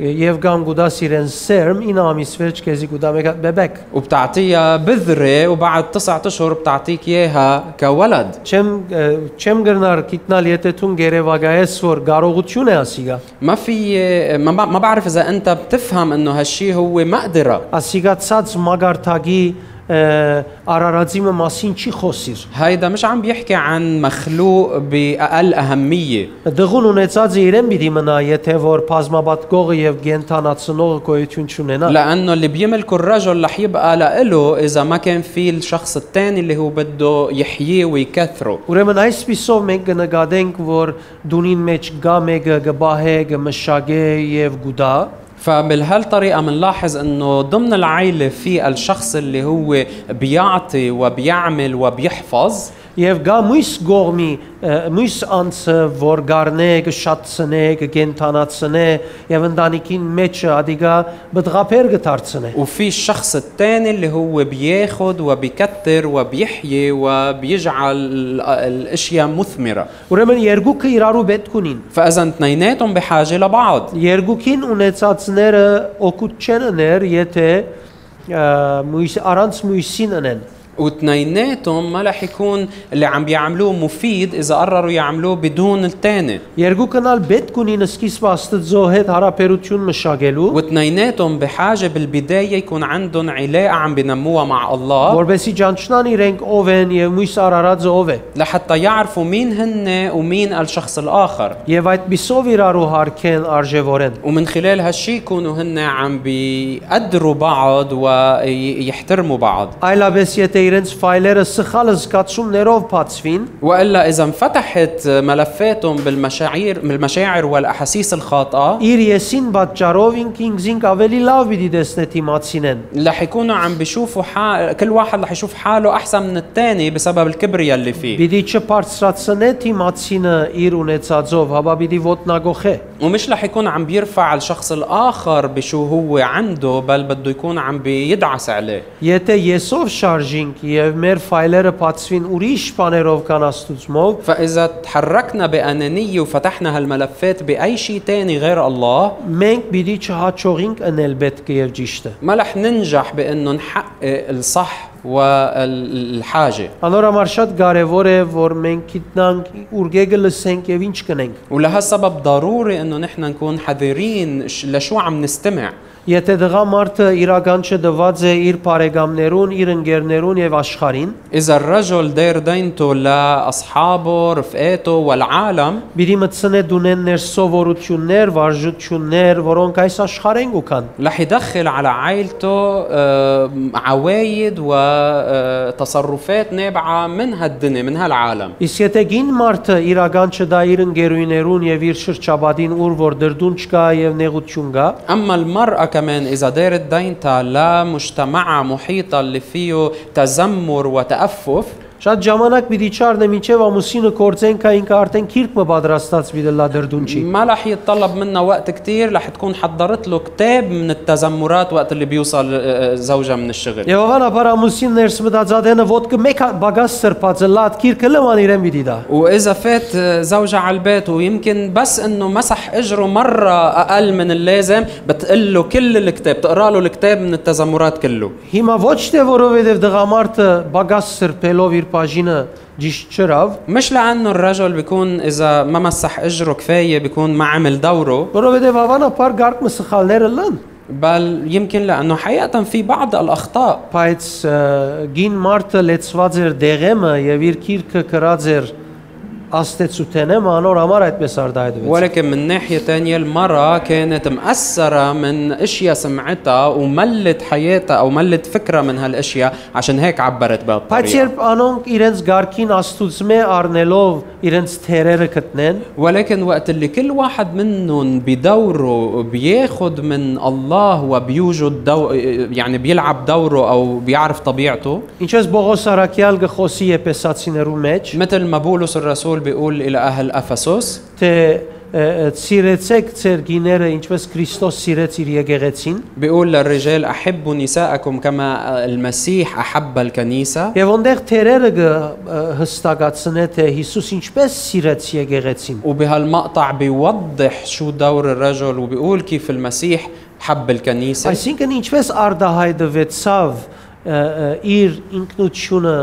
Եվ կան կուտած իրեն սերմ 9 ամիս վերջ քեզի կուտա մեկ բեբեկ։ وبتعطيها بذرة وبعد تسعة أشهر بتعطيك إياها كولد Չեմ ը, չեմ գրնար գիտնալ եթե ցուն գերեվագայես որ կարողություն է ասիգա։ ما في ما, ما بعرف إذا أنت بتفهم إنه هالشي هو مقدرة Ասիգա ցած մագարտագի ը, արարածի մը մասին չի խոսիր։ هيدا مش عم بيحكي عن مخلوق بأقل أهمية Դղուն ունեցածը իրեն պիտի մնա, եթե որ բազմապատկողը եւ գենթանացնողը գոյություն չունենա։ لأنه اللي بيملكه الرجل رح يبقى لإله إذا ما كان في الشخص الثاني اللي هو بده يحييه ويكثره Ուրեմն այսպիսով մենք կնկատենք, որ դունին մեջ գա մեկը գբահե, գմշագե եւ գուդա, فبهالطريقة بنلاحظ انه ضمن العائلة في الشخص اللي هو بيعطي وبيعمل وبيحفظ եւ գա մույս գողմի, ը, մույս անցը, որ գարնե, կշատցնե, կգենթանացնե եւ ընտանիքին մեջը ադիգա բդղափեր կդարձնե։ وفي الشخص الثاني اللي هو بياخد وبيكتر وبيحيي وبيجعل ال- الاشياء مثمرة Ուրեմն երկուքը իրարու պետք ունին։ فاذا اثنيناتهم بحاجة لبعض Երկուքին ունեցածները օգուտ չեն ներ, եթե ը, մույս առանց մույսին ընեն։ واثنيناتهم ما رح يكون اللي عم بيعملوه مفيد اذا قرروا يعملوه بدون الثاني Երկուքն ալ պետք ունին սկիզբ Աստծո հետ հարաբերություն մշակելու, واثنيناتهم بحاجة بالبداية يكون عندهم علاقة عم بنموها مع الله որբեսի ճանչնան իրենք ով են եւ մույս արարածը ով է։ لحتى يعرفوا مين هن ومين الشخص الآخر Եվ այդ պիսով իրարու հարկեն արժևորեն։ ومن خلال هالشي يكونوا هن عم بيقدروا بعض ويحترموا بعض Այլապես եթե իրենց ֆայլերը սխալ զգացումներով բացվին, وإلا إذا انفتحت ملفاتهم بالمشاعر بالمشاعر والأحاسيس الخاطئة իր եսին պատճառով ինք ինքզինք ավելի լավ պիտի տեսնե թիմացինեն։ رح يكونوا عم بيشوفوا حال كل واحد رح يشوف حاله أحسن من الثاني بسبب الكبرياء اللي فيه Պիտի չբարձրացնե թիմացինը իր ունեցածով, հապա պիտի ոտնագողե։ ومش رح يكون عم بيرفع الشخص الآخر بشو هو عنده بل بده يكون عم بيدعس عليه Եթե եսով շարժինք եւ մեր ֆայլերը բացվին ուրիշ բաներով կան աստուծմով, فإذا تحركنا بأنانية وفتحنا هالملفات بأي شيء تاني غير الله մենք պիտի չհաջողենք անել պետք եւ ճիշտը։ ما رح ننجح بأنه نحقق الصح والحاجة Անորամար շատ կարևոր է, որ մենք գիտնանք ուրգեգը լսենք եւ ինչ կնենք։ ولهالسبب ضروري انه نحن نكون حذرين ش- لشو عم نستمع Եթե դղամարդը իրական չդված է իր բարեկամներուն, իր ընկերներուն եւ աշխարհին, اذا الرجل داير دينته لاصحابه رفقاته والعالم բիդի մտցնե դունեն ներ սովորություններ, վարժություններ, որոնք այս աշխարհեն գուքան։ رح يدخل على عائلته آه، عوايد وتصرفات نابعة من هالدنيا من هالعالم Իսկ եթե գին մարդը իրական չդա իր ընկերուներուն եւ իր շրջապատին ուր որ դրդուն չկա եւ նեղություն կա, أما المرأة كمان إذا دارت دينتها لمجتمعها محيطها اللي فيه تذمر وتأفف շատ ժամանակ պիտի չառնե միջև ամուսինը կործենք, այն կա արդեն քիրք մը պատրաստած պիտի լա դրդուն չի։ ما رح يتطلب منها وقت كتير رح تكون حضرت له كتاب من التذمرات وقت اللي بيوصل آه، زوجها من الشغل Եվ հավանաբար ամուսին ներս մտածածենը ոդկը մեկ հատ բագաս սրբածը լատ քիրքը լման իրեն պիտի դա։ وإذا فات آه، زوجها على البيت ويمكن بس إنه مسح إجره مرة أقل من اللازم بتقول له كل الكتاب تقرأ له الكتاب من التذمرات كله Հիմա ոչ թե որովհետև դղամարդը բագաս սրբելով իր բաժինը ճիշտ չրավ, مش لأنه الرجل بيكون إذا ما مسح إجره كفاية بيكون ما عمل دوره որովհետև հավանաբար գարկը սխալները լան, بل يمكن لانه حقيقه في بعض الاخطاء բայց ը, գին մարդը լեցված էր դեղեմը եւ իր քիրքը կրած էր աստեցության է, մանոր համար այդպես արդայդվեց։ ولكن من ناحية تانية المرأة كانت مأثرة من اشياء سمعتها وملت حياتها او ملت فكرة من هالاشياء عشان هيك عبرت Բայց بهالطريقة երբ անոնք իրենց ղարքին աստուծմե առնելով իրենց թերերը գտնեն, ولكن وقت اللي كل واحد منهم بدوره بياخد من الله وبيوجد دو يعني بيلعب دوره او بيعرف طبيعته ինչպես Բողոս Արաքյալ գխոսի եպեսացիներու մեջ, مثل ما بولس الرسول بيقول الى اهل افسس թե ը, ը, սիրեցեք ձեր գիները, ինչպես Քրիստոս սիրեց իր եկեղեցին, بيقول للرجال احبوا نساءكم كما المسيح احب الكنيسه եւ ոնդեղ թերերը գը, ը, հստակացնե թե Հիսուս ինչպես سիրեց եկեղեցին։ وبهالمقطع بيوضح شو دور الرجل وبيقول كيف المسيح حب الكنيسة Այսինքն ինչպես արդահայտվեցավ ը, ը, իր ինքնությունը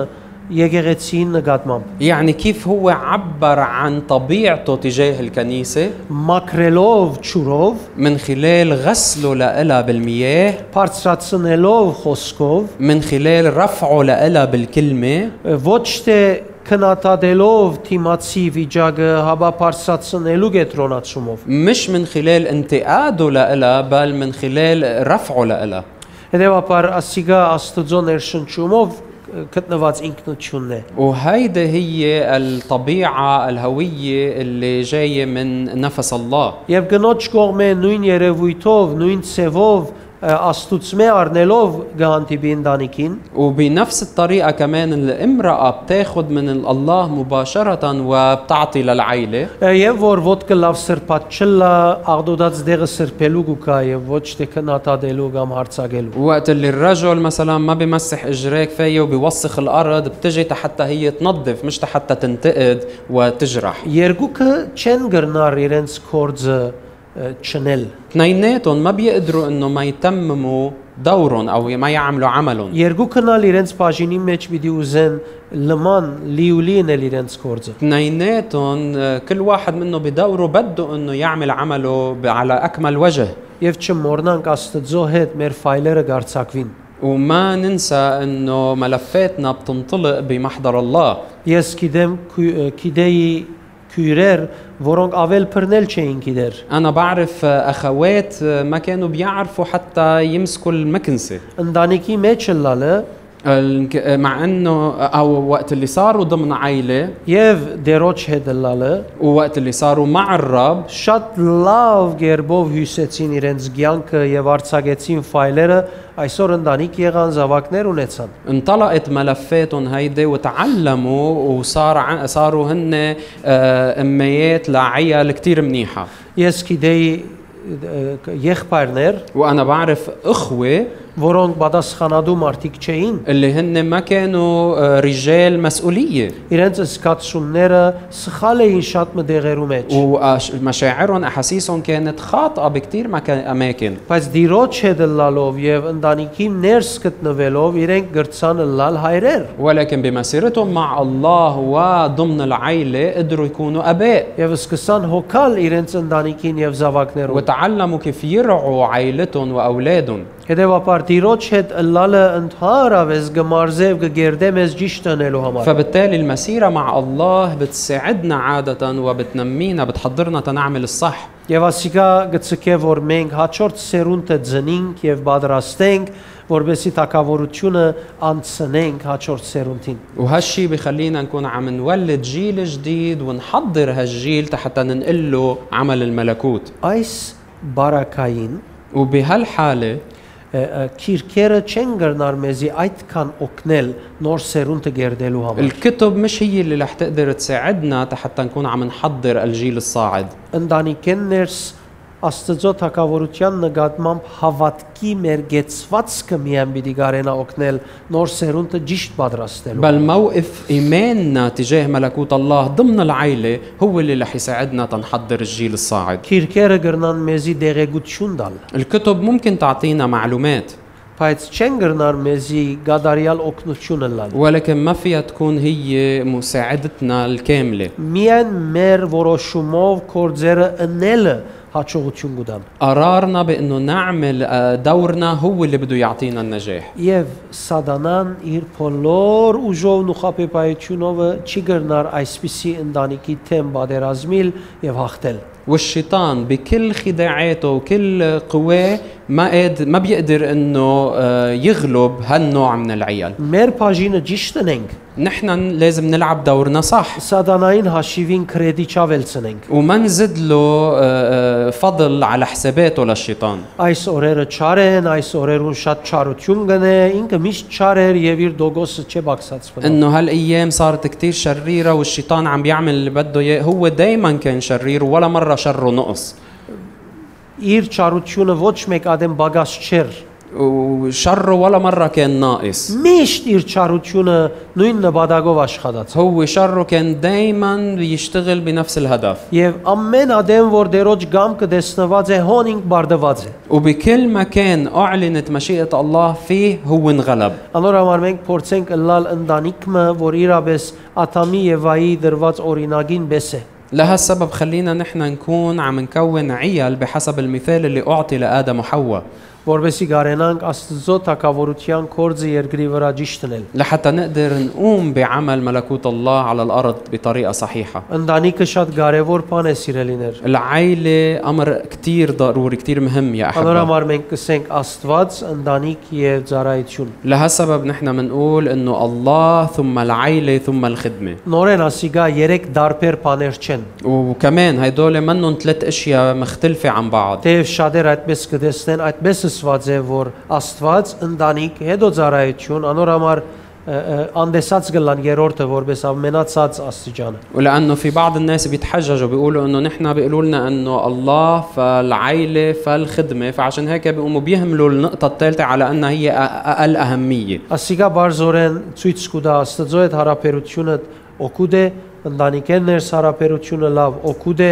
եկեղեցի նկատմամբ يعني كيف هو عبر عن طبيعته تجاه الكنيسة մաքրելով ճուրով من خلال غسله لإلها بالمياه բարձրացնելով խոսքով من خلال رفعه لإلها بالكلمة ոչ թե քնատադելով թիմացի վիճակը հավաբարձրացնելու գետրոնացումով مش من خلال انتقاده لإلها بل من خلال رفعه لإلها հետեւաբար ասիգա աստուծո ներշնչումով գտնված ինքնությունն է وهيدا هي الطبيعة الهوية اللي جاية من نفس الله եւ գնոջ կողմե նույն երևույթով նույն ցևով աստուծմե առնելով գանտիբի ընտանիքին وبنفس الطريقة كمان الامرأة بتاخد من الله مباشرة وبتعطي للعيلة ը, եւ որ ոդկը լավ սրբած չլա աղդոդած դեղը սրբելու գուկա եւ ոչ թե քնատադելու կամ հարցակելու وقت اللي الرجل مثلا ما بمسح اجريك فيه وبيوسخ الارض بتجي حتى هي تنظف مش حتى تنتقد وتجرح Երկուքը չեն գրնար իրենց կորձը ը, չնել։ اثنيناتهم ما بيقدروا انه ما يتمموا دورهم او ما يعملوا عملهم Երկուքն ալ իրենց բաժինի մեջ պիտի ուզեն լման լիուլին էլ իրենց կորձը։ اثنيناتهم آه، كل واحد منه بدوره بده انه يعمل عمله ب- على اكمل وجه Եվ չմոռնանք Աստծո հետ մեր ֆայլերը գարցակվին։ وما ننسى انه ملفاتنا بتنطلق بمحضر الله Ես գիտեմ քու- ը, գիտեի քյուրեր, որոնք ավել բռնել չէին գիտեր։ أنا بعرف آه، أخوات ما كانوا بيعرفوا حتى يمسكوا المكنسة Ընտանիքի մեջ լալը الك- مع أنه أو وقت اللي صاروا ضمن عيلة եւ դերոջ հետ լալը ووقت اللي صاروا مع الرب շատ լավ գերբով հյուսեցին իրենց ցանկը եւ արցագեցին ֆայլերը այսօր ընտանիք եղան զավակներ ունեցան انطلقت ملفاتهم هيدي وتعلموا وصار ع- صاروا هن آه، اميات لعيال كتير منيحه Ես գիտեի ը, եղբայրներ, وانا بعرف اخوه որոնք պատասխանատու մարդիկ չէին, اللي هن ما كانوا آه، رجال مسؤوليه իրենց զգացումները սխալ էին շատ մտեղերու մեջ։ ومشاعرهم احاسيسهم كانت خاطئه بكتير مكا- اماكن Բայց դիրոջ հետ լալով եւ ընտանիքի ներս գտնվելով իրենք գրցան լալ հայրեր ولكن بمسيرتهم مع الله وضمن العيلة قدروا يكونوا أباء եւ սկսան հոգալ իրենց ընտանիքին եւ զավակներուն։ وتعلموا كيف يرعوا عائلتهم وأولادهم Հետևաբար դիրոջ հետ լալը ընդհանրապես գմարզև գերդե մեզ ճիշտ տնելու համար։ فبالتالي المسيرة مع الله بتساعدنا عادة وبتنمينا بتحضرنا تنعمل الصح Եվ ասիկա գծկե որ մենք հաջորդ սերունդը ծնենք եւ պատրաստենք, որբեսի թակավորությունը անցնենք հաջորդ սերունդին։ وهالشي بخلينا نكون عم نولد جيل جديد ونحضر هالجيل حتى ننقل له عمل الملكوت Այս բարակային وبهالحالة ը, ը, քիրքերը չեն գրնար մեզի այդքան օգնել նոր սերունդը գերդելու համար։ الكتب مش هي اللي رح تقدر تساعدنا حتى نكون عم نحضر الجيل الصاعد Ընտանիքեն ներս Աստծո թակավորության նկատմամբ հավատքի մեր գեցվածքը միայն պիտի գարենա օգնել նոր սերունդը ճիշտ պատրաստելու։ بل موقف ايماننا تجاه ملكوت الله ضمن العيله هو اللي رح يساعدنا تنحضر الجيل الصاعد Քիրքերը գրնան մեզի դեղեցություն տալ։ الكتب ممكن تعطينا معلومات բայց չեն գրնար մեզի գադարյալ օկնությունը լան ولكن ما فيها تكون هي مساعدتنا الكامله միայն մեր որոշումով կորձերը ընելը հաջողություն կուտամ։ قرارنا بانه نعمل آه، دورنا هو اللي بده يعطينا النجاح Եվ Սադանան իր փոլոր ուժով ու խապեպայությունով չի գրնար այսպիսի ընտանիքի թեմ բادرազմիլ եւ հաղթել։ والشيطان بكل خداعاته وكل قواه ما قاد ما بيقدر انه آه، يغلب هالنوع من العيال Մեր բաժինը ճիշտ ենք։ نحن لازم نلعب دورنا صح Սադանային հաշիվին կրեդիտ ավելցնենք։ وما نزد له آه، آه، فضل على حساباته للشيطان Այս օրերը չար են, այս օրերուն շատ չարություն գնե, ինքը միշտ չար էր եւ իր դոգոսը չէ բացացվել։ انه هالايام صارت كتير شريره والشيطان عم بيعمل اللي بده اياه هو دايما كان شرير ولا مره شره نقص Իր չարությունը ոչ մեկ ադեմ բագած չէր։ وشره ولا مره كان ناقص Միշտ իր չարությունը նույն նպատակով աշխատած։ هو شره كان دايما بيشتغل بنفس الهدف Եվ ամեն ադեմ, որ դերոջ գամքը դեսնված է, հոնինք բարդված է։ وبكل مكان اعلنت مشيئه الله فيه هو انغلب Անոր համար մենք փորձենք լալ ընտանիքը, որ իրապես Աթամի եւ Վայի դրված օրինագին բես է։ لهالسبب خلينا نحن نكون عم نكون عيال بحسب المثال اللي اعطي لادم وحواء Որբեսի գարենանք Աստծո թակավորության կորձը երկրի վրա ճիշտ դնել։ لحتى نقدر نقوم بعمل ملكوت الله على الارض بطريقه صحيحه Ընտանիքը շատ կարևոր բան է սիրելիներ։ العائلة أمر كتير ضروري كتير مهم يا Անոր أحبة համար մենք կսենք Աստված, ընտանիք եւ ծառայություն։ لهالسبب نحن بنقول إنه الله ثم العائلة ثم الخدمة Նորեն ասիգա 3 դարբեր բաներ չեն։ وكمان هيدول منهم ثلاث اشياء مختلفة عن بعض Դեև շատեր այդպես կտեսնեն, այդպես ասված է, որ Աստված ընտանիք հետո ծառայություն անոր համար ը, ը, անդեսած գլան երրորդը որպես ամենացած աստիճանը։ ولانه في بعض الناس بيتحججوا بيقولوا انه نحن بيقولوا لنا انه الله فالعائله فالخدمه فعشان هيك بيقوموا بيهملوا النقطه الثالثه على انها هي أ- اقل اهميه Ասիկա բարձորեն ցույց կտա Աստծո հետ հարաբերությունը օգուտ է, ընտանիքեն ներս հարաբերությունը լավ օգուտ է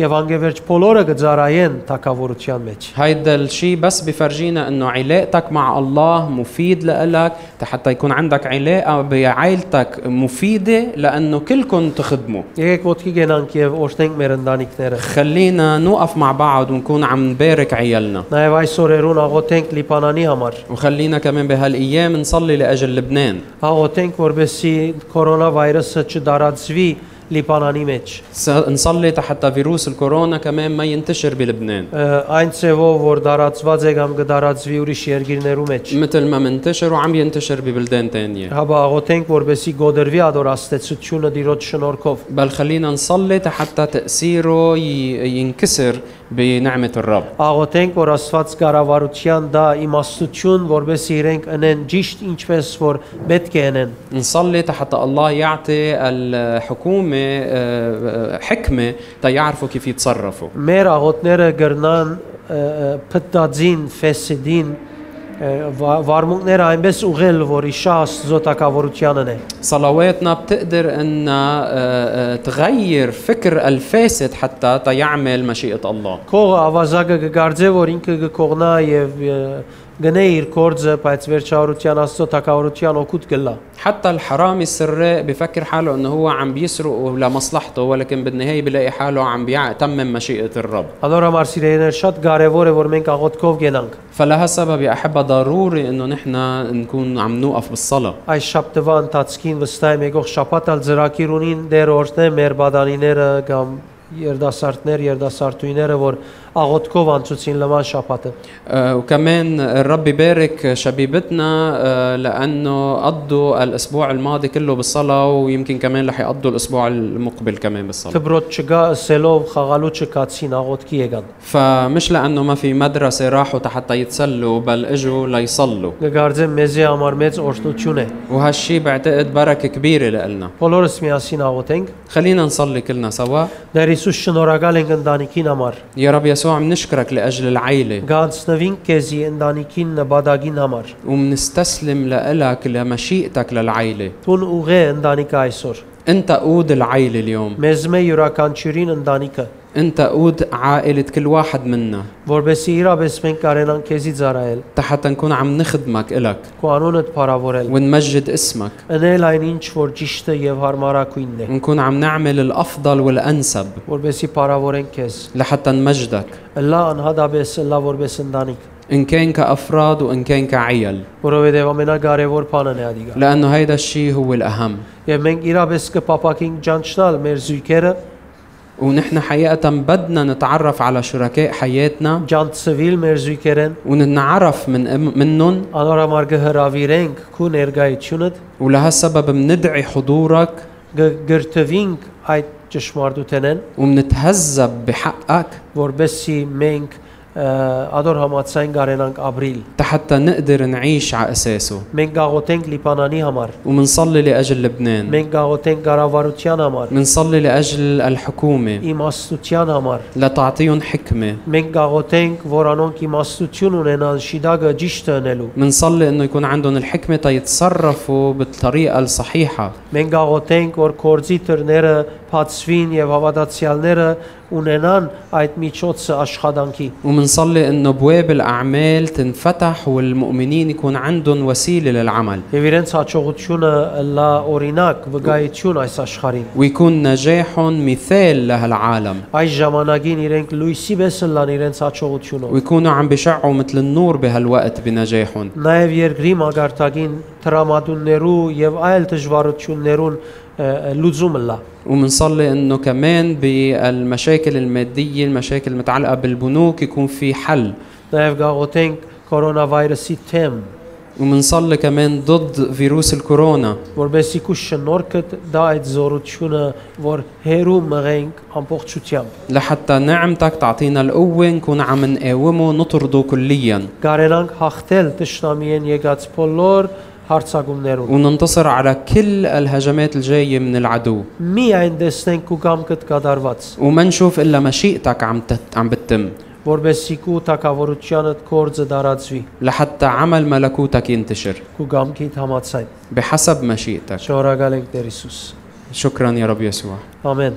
եւ անգևերջ բոլորը կծառայեն թակավորության մեջ։ هيدا الشيء بس بفرجينا انه علاقتك مع الله مفيد لإلك حتى يكون عندك علاقه بعائلتك مفيده لانه كلكم تخدموا Եկեք ոդկի գնանք եւ օժտենք մեր ընտանիքները։ خلينا نوقف مع بعض ونكون عم نبارك عيالنا Նաեւ այս օրերուն աղոթենք Լիբանանի համար։ وخلينا كمان بهالايام نصلي لاجل لبنان Հաղորդենք, որբեսի կորոնավայրուսը չդարածվի Լիբանանի մեջ։ س- نصلي حتى فيروس الكورونا كمان ما ينتشر بلبنان Ը, Այն ցևով, որ դարածված է կամ կդարածվի ուրիշ երկիրներու մեջ։ مثل ما منتشر وعم ينتشر ببلدان تانية Հաբա հաղորդենք, որբեսի գոդերվի adorաստեցությունը Տիրոջ շնորհքով։ بل خلينا نصلي حتى تأثيره ي- ينكسر بنعمة الرب Աղոթենք, որ Աստված կառավարության դա իմաստություն, որբեսի իրենք ընեն ճիշտ ինչպես որ պետք է ընեն։ نصلي حتى الله يعطي الحكومة آه، آه، حكمة تيعرفوا كيف يتصرفوا Մեր աղոտները գրնան ը, ը, փտածին, ֆեսեդին ը, վա- վարմունքները այնպես ուղել, որ իշա Աստծո տակավորությանն է։ صلواتنا بتقدر انها آه، آه، تغير فكر الفاسد حتى تيعمل مشيئة الله Քողը ավազակը կգարձե, որ ինքը կկողնա եւ ը, գնե իր կորձը, բայց վերջարության աստծո թակավորության օգուտ գլա։ حتى الحرامي السراق بفكر حاله انه هو عم بيسرق لمصلحته ولكن بالنهاية بلاقي حاله عم بيتمم مشيئة الرب Անոր համար սիրելիներ շատ կարեւոր է, որ մենք աղոթքով գնանք։ فلهالسبب يا أحبة ضروري انه نحن نكون عم نوقف بالصلاة Այս շաբթվա ընթացքին վստահ եմ եկող շաբաթալ ծրակիր ունին դեր օրտե մեր բադանիները կամ երդասարտներ, երդասարտույները, որ աղոթքով անցուցին լման շաբաթը։ آه، وكمان الرب يبارك شبيبتنا آه، لانه قضوا الاسبوع الماضي كله بالصلاه ويمكن كمان رح يقضوا الاسبوع المقبل كمان بالصلاه Թբրոտ չգա, սելով խաղալու չկացին աղոթքի եկան։ فمش لانه ما في مدرسه راحوا حتى يتسلوا بل اجوا ليصلوا Գկարձեմ մեզի համար մեծ օրհնություն է։ وهالشي بعتقد بركه كبيره لنا Բոլորս միասին աղոթենք։ خلينا نصلي كلنا سوا Դեր Հիսուս շնորհակալ ենք ընտանիքին համար։ يا رب يسوع منشكرك لاجل العيله Գանցնվինք քեզի ընտանիքին նպատակին համար։ ومنستسلم لك لمشيئتك للعيله Տուն ուղե ընտանիքը այսօր։ انت قود العيله اليوم Մեզ մե յուրաքանչյուրին ընտանիքը انت قود عائله كل واحد منا որբեսի իրապես մենք կարենանք քեզի ծառայել حتى نكون عم نخدمك إلك քո անունդ փառավորել ونمجد اسمك ընել այն ինչ որ ճիշտը եւ հարմարակույնն է ونكون عم نعمل الأفضل والأنسب որբեսի փառավորենք քեզ لحتى نمجدك լա անհադաբես լա որբես ընտանիք إن كان كأفراد وإن كان كعيل որովհետեւ ամենակարևոր բանն է ադիգա لأنه هيدا الشيء هو الأهم եւ մենք իրապես կպապակենք ճանչնալ մեր զույգերը ونحن حقيقة بدنا نتعرف على شركاء حياتنا ջանցվել մեր զույգերեն وننعرف من أم- منهم անորամար կհրավիրենք քու ներկայությունդ ولهالسبب مندعي حضورك գրթվինք այդ ճշմարտութենեն ومنتهذب بحقك որբեսի մենք ը, ադոր համացայն գարենանք ապրիլ حتى نقدر نعيش على أساسه մենք գաղոթենք լիբանանի համար ومنصلي لأجل لبنان մենք գաղոթենք կառավարության համար منصلي لأجل الحكومة իմաստության համար لتعطيهم حكمة մենք գաղոթենք որ անոնք իմաստություն ունենան շիդագը ճիշտ ընելու منصلي انه يكون عندهم الحكمه تيتصرفوا بالطريقه الصحيحه մենք գաղոթենք որ կորձի դռները փածվին եւ հավատացյալները ունենան այդ միջոցը աշխատանքի ومنصلي انه بواب الاعمال تنفتح والمؤمنين يكون عندهم وسيله للعمل եւ իրենց հաջողությունը լա օրինակ վկայություն այս աշխարհին ويكون نجاحهم مثال لهالعالم այս ժամանակին իրենք լույսի վեսը լան իրենց հաջողությունով ويكونوا عم بشعوا مثل النور بهالوقت بنجاحهم նաև երկրի մագարտակին տրամադուններու եւ այլ դժվարություններուն ը, ը, լուծումը լա ومنصلي انه كمان بالمشاكل الماديه المشاكل المتعلقه بالبنوك يكون في حل նաև գաղոթենք կորոնավայրուսի թեմ ومنصلي كمان ضد فيروس الكورونا որբեսի քու շնորհքը դա այդ զորությունը որ հերու մղենք ամբողջությամբ لحتى نعمتك تعطينا القوة نكون عم نقاومه نطرده كليا կարենանք հաղթել տշնամիեն եկած բոլոր հարցակումներուն وننتصر على كل الهجمات الجاية من العدو միայն տեսնենք քու կամքդ կատարված وما نشوف إلا مشيئتك عم تت... عم بتتم որբեսի քու թակավորությանը կորձը դարածվի لحتى عمل ملكوتك ينتشر քու կամքիդ համացայն بحسب مشيئتك շնորհակալ ենք Տեր Հիսուս شكرا يا رب يسوع ամեն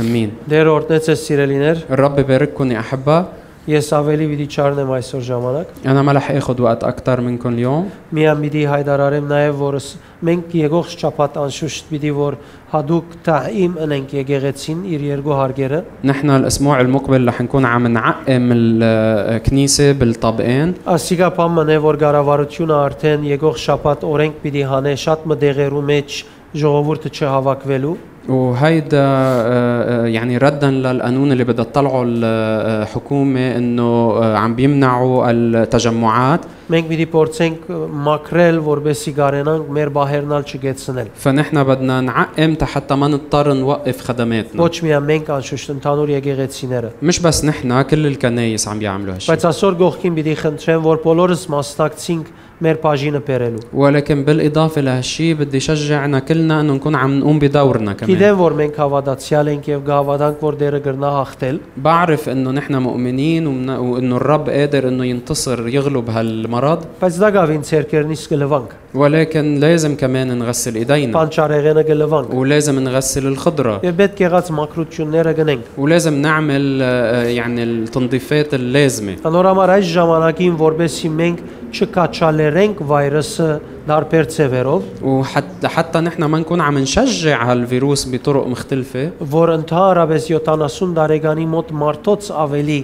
أمين դերորդն ես սիրելիներ الرب يبارككم يا أحبة ես ավելի պիտի չառնեմ այսօր ժամանակ أنا ما رح آخذ وقت أكثر منكم اليوم միամ պիտի հայտարարեմ նաև որս մենք եկող շաբաթ անշուշտ պիտի որ հadoop տաիմ ընենք եկեղեցին իր երկու հարգերը نحن الأسبوع المقبل رح نكون عم نعقم الكنيسة بالطبقين ասիկա բամն է որ կառավարությունը արդեն եկող շաբաթ օրենք պիտի հանե շատ մտեղերու մեջ ժողովուրդը չհավաքվելու وهيدا آه، آه، يعني ردا للقانون اللي بدها تطلعه الحكومه انه آه، عم بيمنعوا التجمعات մենք պիտի փորձենք մաքրել որբեսի կարենանք մեր բահերնալ չգեցնել فنحن بدنا نعقم حتى ما نضطر نوقف خدماتنا ոչ միայն մենք անշուշտ ընդհանուր եկեղեցիները مش بس نحن كل الكنايس عم بيعملوا هالشيء Բայց այսօր գողքին պիտի խնդրեմ, որ բոլորս մասնակցենք մեր բաժինը բերելու։ ولكن بالاضافه لهالشيء بدي شجعنا كلنا انه نكون عم نقوم بدورنا كمان Գիտեմ, որ մենք հավատացյալ ենք եւ գավադանք, որ դերը գրնա հաղթել, بعرف انه نحن مؤمنين ومن- وانه الرب قادر انه ينتصر يغلب هالمرض բայց դա գավ ինձ երկերնից կլվանք։ ولكن لازم كمان نغسل ايدينا Պանչարեղենը կլվանք։ ولازم نغسل الخضره Եվ պետք եղած մակրությունները գնենք։ ولازم نعمل آه، يعني التنظيفات اللازمة Անորամար այս ժամանակին, որբեսի մենք չկաչալերենք վայրուսը դարբեր ծևերով, وحتى حتى نحن ما نكون عم نشجع هالفيروس بطرق مختلفة որ ընդհանրապես 70 տարեկանի մոտ մարդոց ավելի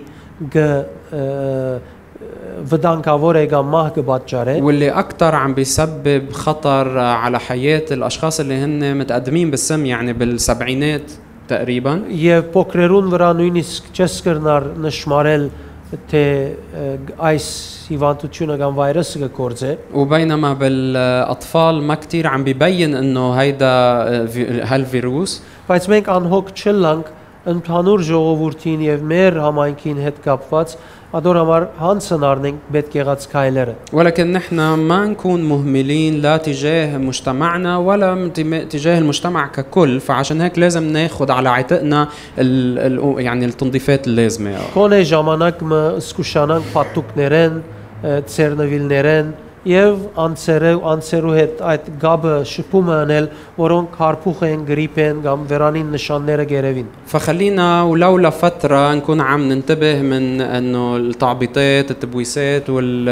գ ը, վտանգավոր է գա մահ կբաճարե։ واللي أكثر عم بيسبب خطر آه، على حياة الأشخاص اللي هن متقدمين بالسن يعني بالسبعينات تقريبا Եվ փոքրերուն վրա նույնիսկ չես կրնար նշмарել թե ը, այս հիվանդությունը կամ վայրուսը կգործե وبينما بالأطفال ما كتير عم ببين إنه هيدا آه، في- هالفيروس բայց մենք անհոգ չլանք ընդհանուր ժողովրդին եւ մեր համայնքին հետ կապված ադոր համար հանցն առնենք պետք եղած քայլերը ولكن نحن ما نكون مهملين لا تجاه مجتمعنا ولا متم- تجاه المجتمع ككل فعشان هيك لازم ناخد على عاتقنا ال ال يعني التنظيفات اللازمة կոնե ժամանակ մը սկուշանանք պատուկներեն ը, ծերնվիլներեն եւ անցերու անցերու հետ այդ գաբը շփումը անել, որոնք հարփուխ են, գրիպ են կամ վերանին նշանները գերևին։ فخلينا ولو لفترة نكون عم ننتبه من انه التعبيطات التبويسات وال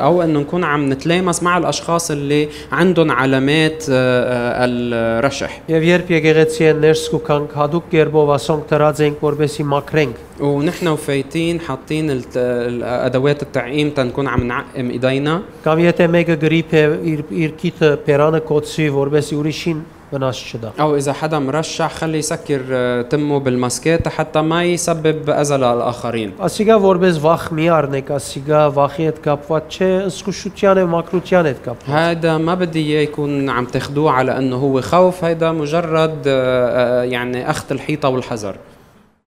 او انه نكون عم نتلامس مع الاشخاص اللي عندهم علامات آه، آه، الرشح Եվ երբ եկեղեցին ներս կուքանք հadoop կերպով ասոնք դրած ենք որբեսի մաքրենք, ونحن وفايتين حاطين الت- الادوات التعقيم تنكون عم نعقم ايدينا կամ եթե մեկը գրիպ է իր իր քիթը բերանը կոծի որբեսի ուրիշին վնաս չդա։ او اذا حدا مرشح خلي يسكر آه، تمه بالماسكات حتى ما يسبب اذى للاخرين Ասիկա որպես վախ մի առնեք, ասիկա վախի հետ կապված չէ, ըսկուշության եւ մակրության հետ կապ։ هذا ما بدي اياه يكون عم تاخدوه على انه هو خوف هيدا مجرد آه، آه، يعني اخذ الحيطه والحذر